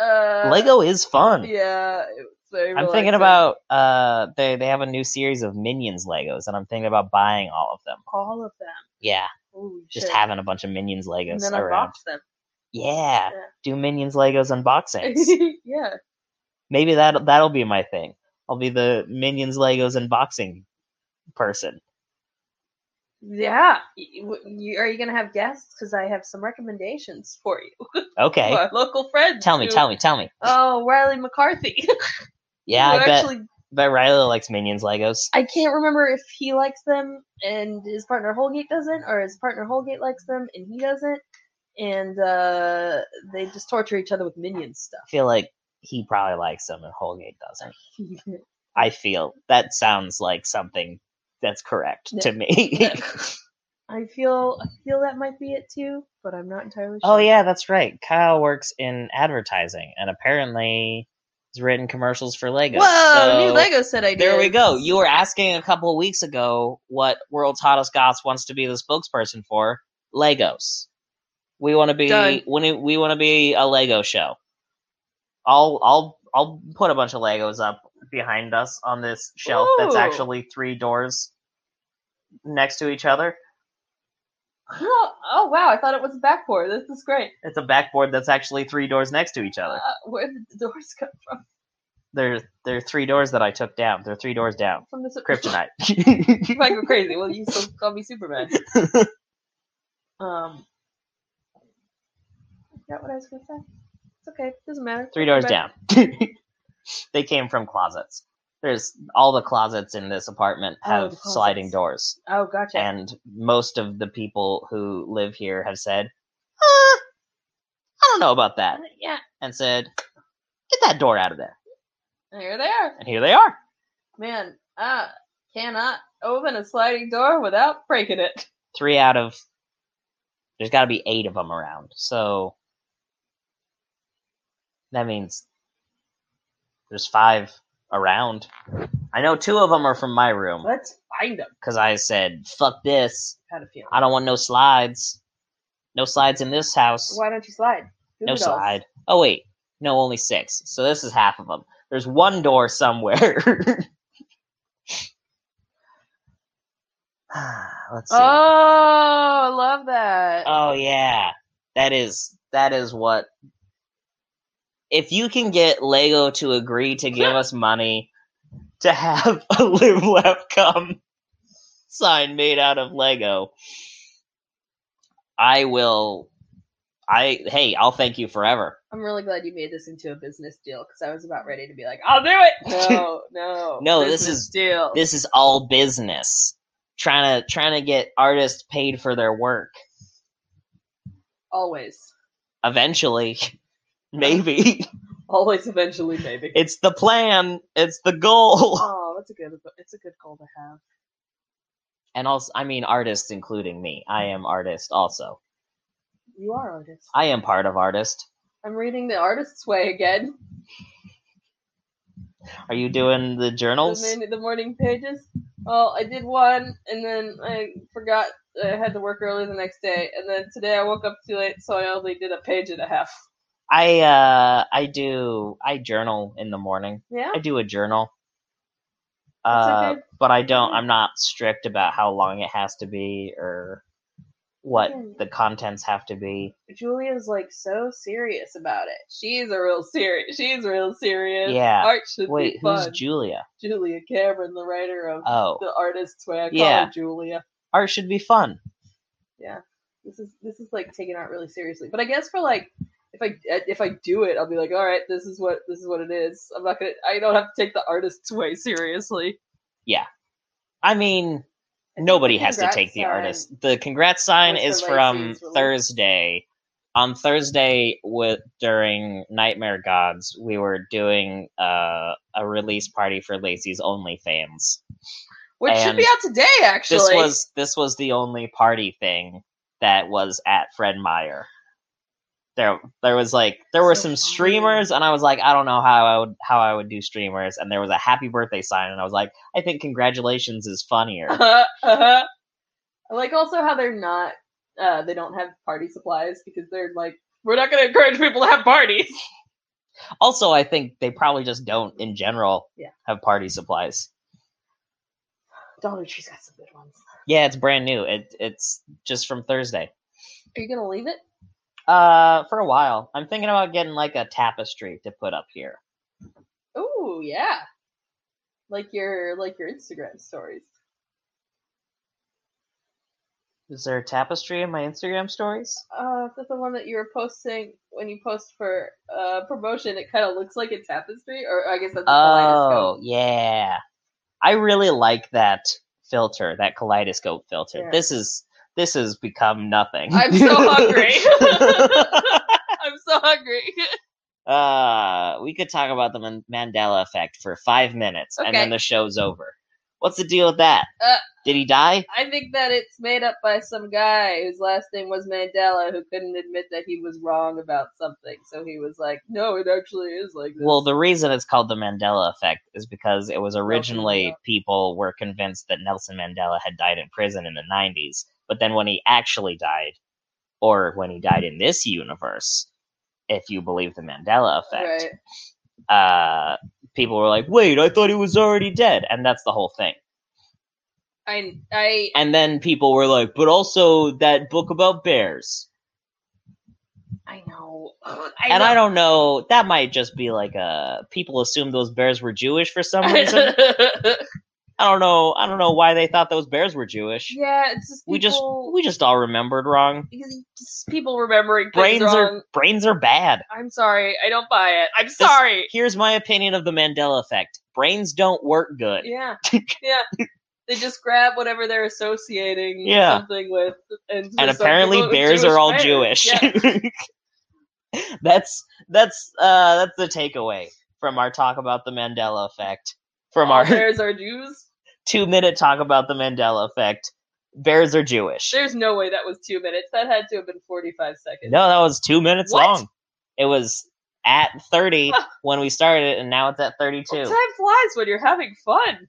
S2: Uh,
S1: Lego is fun.
S2: Yeah, it was very
S1: I'm thinking
S2: relaxing.
S1: about uh they they have a new series of Minions Legos and I'm thinking about buying all of them.
S2: all of them.
S1: Yeah,
S2: Holy
S1: just
S2: shit.
S1: having a bunch of Minions
S2: and
S1: Legos
S2: then I
S1: around.
S2: boxed them.
S1: Yeah,
S2: Yeah.
S1: do Minions Legos unboxings.
S2: yeah,
S1: Maybe that that'll be my thing. I'll be the Minions Legos unboxing person.
S2: yeah. Y- w- you- are you gonna have guests? Because I have some recommendations for you,
S1: Okay.
S2: for our local friends.
S1: Tell me, tell me, tell me.
S2: Oh, Riley McCarthy.
S1: Yeah,
S2: Who
S1: I bet
S2: actually,
S1: bet Riley likes Minions Legos.
S2: I can't remember if he likes them and his partner Holgate doesn't, or his partner Holgate likes them and he doesn't. And uh, they just torture each other with minion stuff.
S1: I feel like he probably likes them and Holgate doesn't. I feel that sounds like something that's correct
S2: No.
S1: to me.
S2: No. I feel I feel that might be it too, but I'm not entirely sure.
S1: Oh yeah, that's right. Kyle works in advertising and apparently has written commercials for Lego.
S2: Whoa,
S1: So
S2: new Lego set idea.
S1: There we go. You were asking a couple of weeks ago what World's Hottest Goths wants to be the spokesperson for Legos. We want to be
S2: Done.
S1: we, we want to be a Lego show. I'll I'll I'll put a bunch of Legos up behind us on this shelf that's
S2: Ooh.
S1: actually three doors next to each other.
S2: Oh, oh, wow, I thought it was a backboard. This is great.
S1: It's a backboard that's actually three doors next to each
S2: Uh,
S1: other.
S2: where did the doors come from?
S1: There, there are three doors that I took down. There are three doors down.
S2: From the
S1: Kryptonite.
S2: You might go crazy. Well, you still call me Superman. um, I forgot what I was gonna say. It's okay. Doesn't matter.
S1: three doors
S2: But-
S1: down. they came from closets. There's all the closets in this apartment
S2: Oh,
S1: have
S2: the closets.
S1: sliding doors,
S2: Oh, gotcha.
S1: and most of the people who live here have said, uh, "I don't know about that,"
S2: yeah,
S1: and said, "Get that door out of there."
S2: here they are.
S1: And here they are.
S2: Man, I cannot open a sliding door without breaking it.
S1: Three out of there's got to be eight of them around. So that means there's five around. I know two of them are from my room.
S2: Let's find them.
S1: because I said, fuck this.
S2: How to feel?
S1: I don't want no slides. No slides in this house.
S2: Why don't you slide?
S1: No slide. Oh, wait. No, only six. So this is half of them. There's one door somewhere. Let's see. Oh.
S2: Oh, I love
S1: Uh,
S2: that.
S1: yeah. That is that is what if you can get Lego to agree to give us money to have a live laugh come sign made out of Lego, I will. I hey, I'll thank you forever.
S2: I'm really glad you made this into a business deal because I was about ready to be like, I'll do it. No, no,
S1: No, this
S2: business
S1: is-
S2: deal.
S1: This is all business. Trying to trying to get artists paid for their work.
S2: always,
S1: Eventually, maybe
S2: always, eventually, maybe.
S1: it's the plan. It's the goal.
S2: Oh, that's a good. It's a good goal to have.
S1: And also, I mean, artists, including me. I am artist. Also,
S2: You are artist.
S1: I am part of artist.
S2: I'm reading the artist's way again.
S1: Are you doing the
S2: The,
S1: journals?
S2: min- the morning pages. Well, I did one, and then I forgot. I had to work early the next day, and then today I woke up too late, so I only did a page and a half.
S1: I uh I do I journal in the morning.
S2: Yeah.
S1: I do a journal.
S2: That's
S1: Uh,
S2: okay. Mm-hmm.
S1: but I don't. I'm not strict about how long it has to be or what
S2: Okay.
S1: the contents have to be.
S2: Julia's like so serious about it. She's a real serious. She's real serious.
S1: Yeah.
S2: Art should
S1: Wait,
S2: be
S1: who's
S2: fun.
S1: Julia?
S2: Julia Cameron, the writer of
S1: Oh,
S2: the artist's way. I call
S1: Yeah.
S2: her Julia.
S1: art should be fun.
S2: This is this is like taking art really seriously. But I guess for like if I if I do it, I'll be like, all right, this is what this is what it is. I'm not gonna. I don't have to take the artist's way seriously.
S1: I mean,
S2: I think
S1: nobody
S2: the
S1: has to
S2: congrats
S1: take the
S2: sign-
S1: artist. The congrats sign
S2: was
S1: is
S2: for
S1: from
S2: Lacey's release.
S1: Thursday. On Thursday, with during Nightmare Gods, we were doing uh, a release party for Lacey's OnlyFans.
S2: which should
S1: And
S2: be out today. Actually,
S1: This was this was the only party thing that was at Fred Meyer. There there was like there were
S2: So
S1: some
S2: funny.
S1: streamers and I was like, I don't know how I would how I would do streamers and there was a happy birthday sign and I was like, I think congratulations is funnier.
S2: Uh-huh, uh-huh. I like also how they're not uh they don't have party supplies because they're like we're not gonna encourage people to have parties.
S1: also I think they probably just don't in general
S2: Yeah.
S1: have party supplies.
S2: Dollar Tree's got some good ones.
S1: Yeah, it's brand new. It it's just from Thursday.
S2: Are you gonna leave it?
S1: Uh for a while. I'm thinking about getting like a tapestry to put up here.
S2: Oh yeah. Like your like your Instagram stories.
S1: Is there a tapestry in my Instagram stories?
S2: Uh is that the one that you were posting when you post for uh promotion, it kinda looks like a tapestry, or I guess that's a
S1: Oh,
S2: kaleidoscope.
S1: yeah. I really like that filter, that kaleidoscope filter.
S2: Yeah.
S1: This is this has become nothing.
S2: I'm so hungry. I'm so hungry.
S1: uh, we could talk about the Man- Mandela effect for 5 minutes and then
S2: Okay.
S1: the show's over. What's the deal with that?
S2: Uh,
S1: Did he die?
S2: I think that it's made up by some guy whose last name was Mandela who couldn't admit that he was wrong about something. So he was like, no, it actually is like this.
S1: Well, the reason it's called the Mandela effect is because it was originally
S2: Mandela.
S1: people were convinced that Nelson Mandela had died in prison in the 90s, but then when he actually died, or when he died in this universe, if you believe the Mandela effect,
S2: Right.
S1: uh, people were like, wait, I thought he was already dead. And that's the whole thing.
S2: I, I,
S1: And then people were like, but also that book about bears.
S2: I know. I
S1: and I don't know, that might just be like a people assumed those bears were Jewish for some reason. I don't know. I don't know why they thought those bears were Jewish.
S2: yeah, it's just people,
S1: we just we just all remembered wrong.
S2: because just people remembering
S1: Brains
S2: things wrong.
S1: are brains are bad.
S2: I'm sorry. I don't buy it. I'm sorry.
S1: Here's my opinion of the Mandela effect. Brains don't work good.
S2: Yeah. Yeah. They just grab whatever they're associating
S1: Yeah.
S2: something with,
S1: and
S2: and, just, like,
S1: apparently
S2: people with
S1: bears
S2: Jewish
S1: are all
S2: bears.
S1: Jewish.
S2: Yeah.
S1: that's that's uh that's the takeaway from our talk about the Mandela effect. From
S2: All
S1: our
S2: bears are Jews.
S1: 2-minute talk about the Mandela effect. Bears are Jewish.
S2: There's no way that was two minutes. That had to have been 45 seconds.
S1: No, that was 2 minutes
S2: What?
S1: long. It was at 30 when we started it and now it's at 32.
S2: Well, time flies when you're having fun.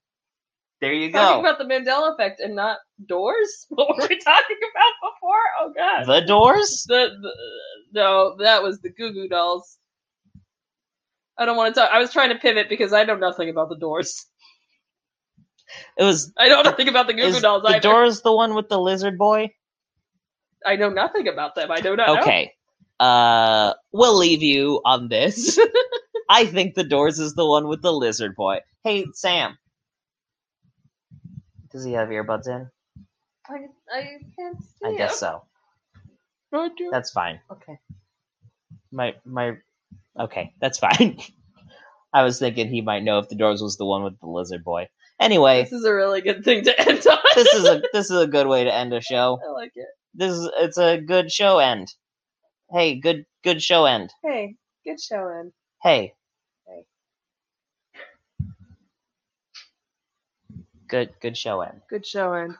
S1: There you
S2: Talking
S1: go.
S2: about the Mandela effect and not doors. What were we talking about before? Oh god.
S1: The Doors?
S2: The, the no, that was the Goo Goo Dolls. I don't want to talk. I was trying to pivot because I know nothing about the doors.
S1: It was
S2: I know nothing about the Goo Goo
S1: is
S2: Dolls.
S1: The
S2: I,
S1: Doors the one with the lizard boy?
S2: I know nothing about them. I do not know.
S1: Okay. Uh we'll leave you on this. I think the Doors is the one with the lizard boy. Hey, Sam. Does he have earbuds in?
S2: I, I can't see.
S1: I guess so.
S2: I do.
S1: That's fine.
S2: Okay.
S1: My my Okay, that's fine. I was thinking he might know if the Doors was the one with the lizard boy. Anyway,
S2: This is a really good thing to end on.
S1: this is a this is a good way to end a show.
S2: I like it.
S1: This is it's a good show end. Hey, good good show end.
S2: Hey, good show, in.
S1: Hey.
S2: Hey.
S1: Good good show end.
S2: Good showing.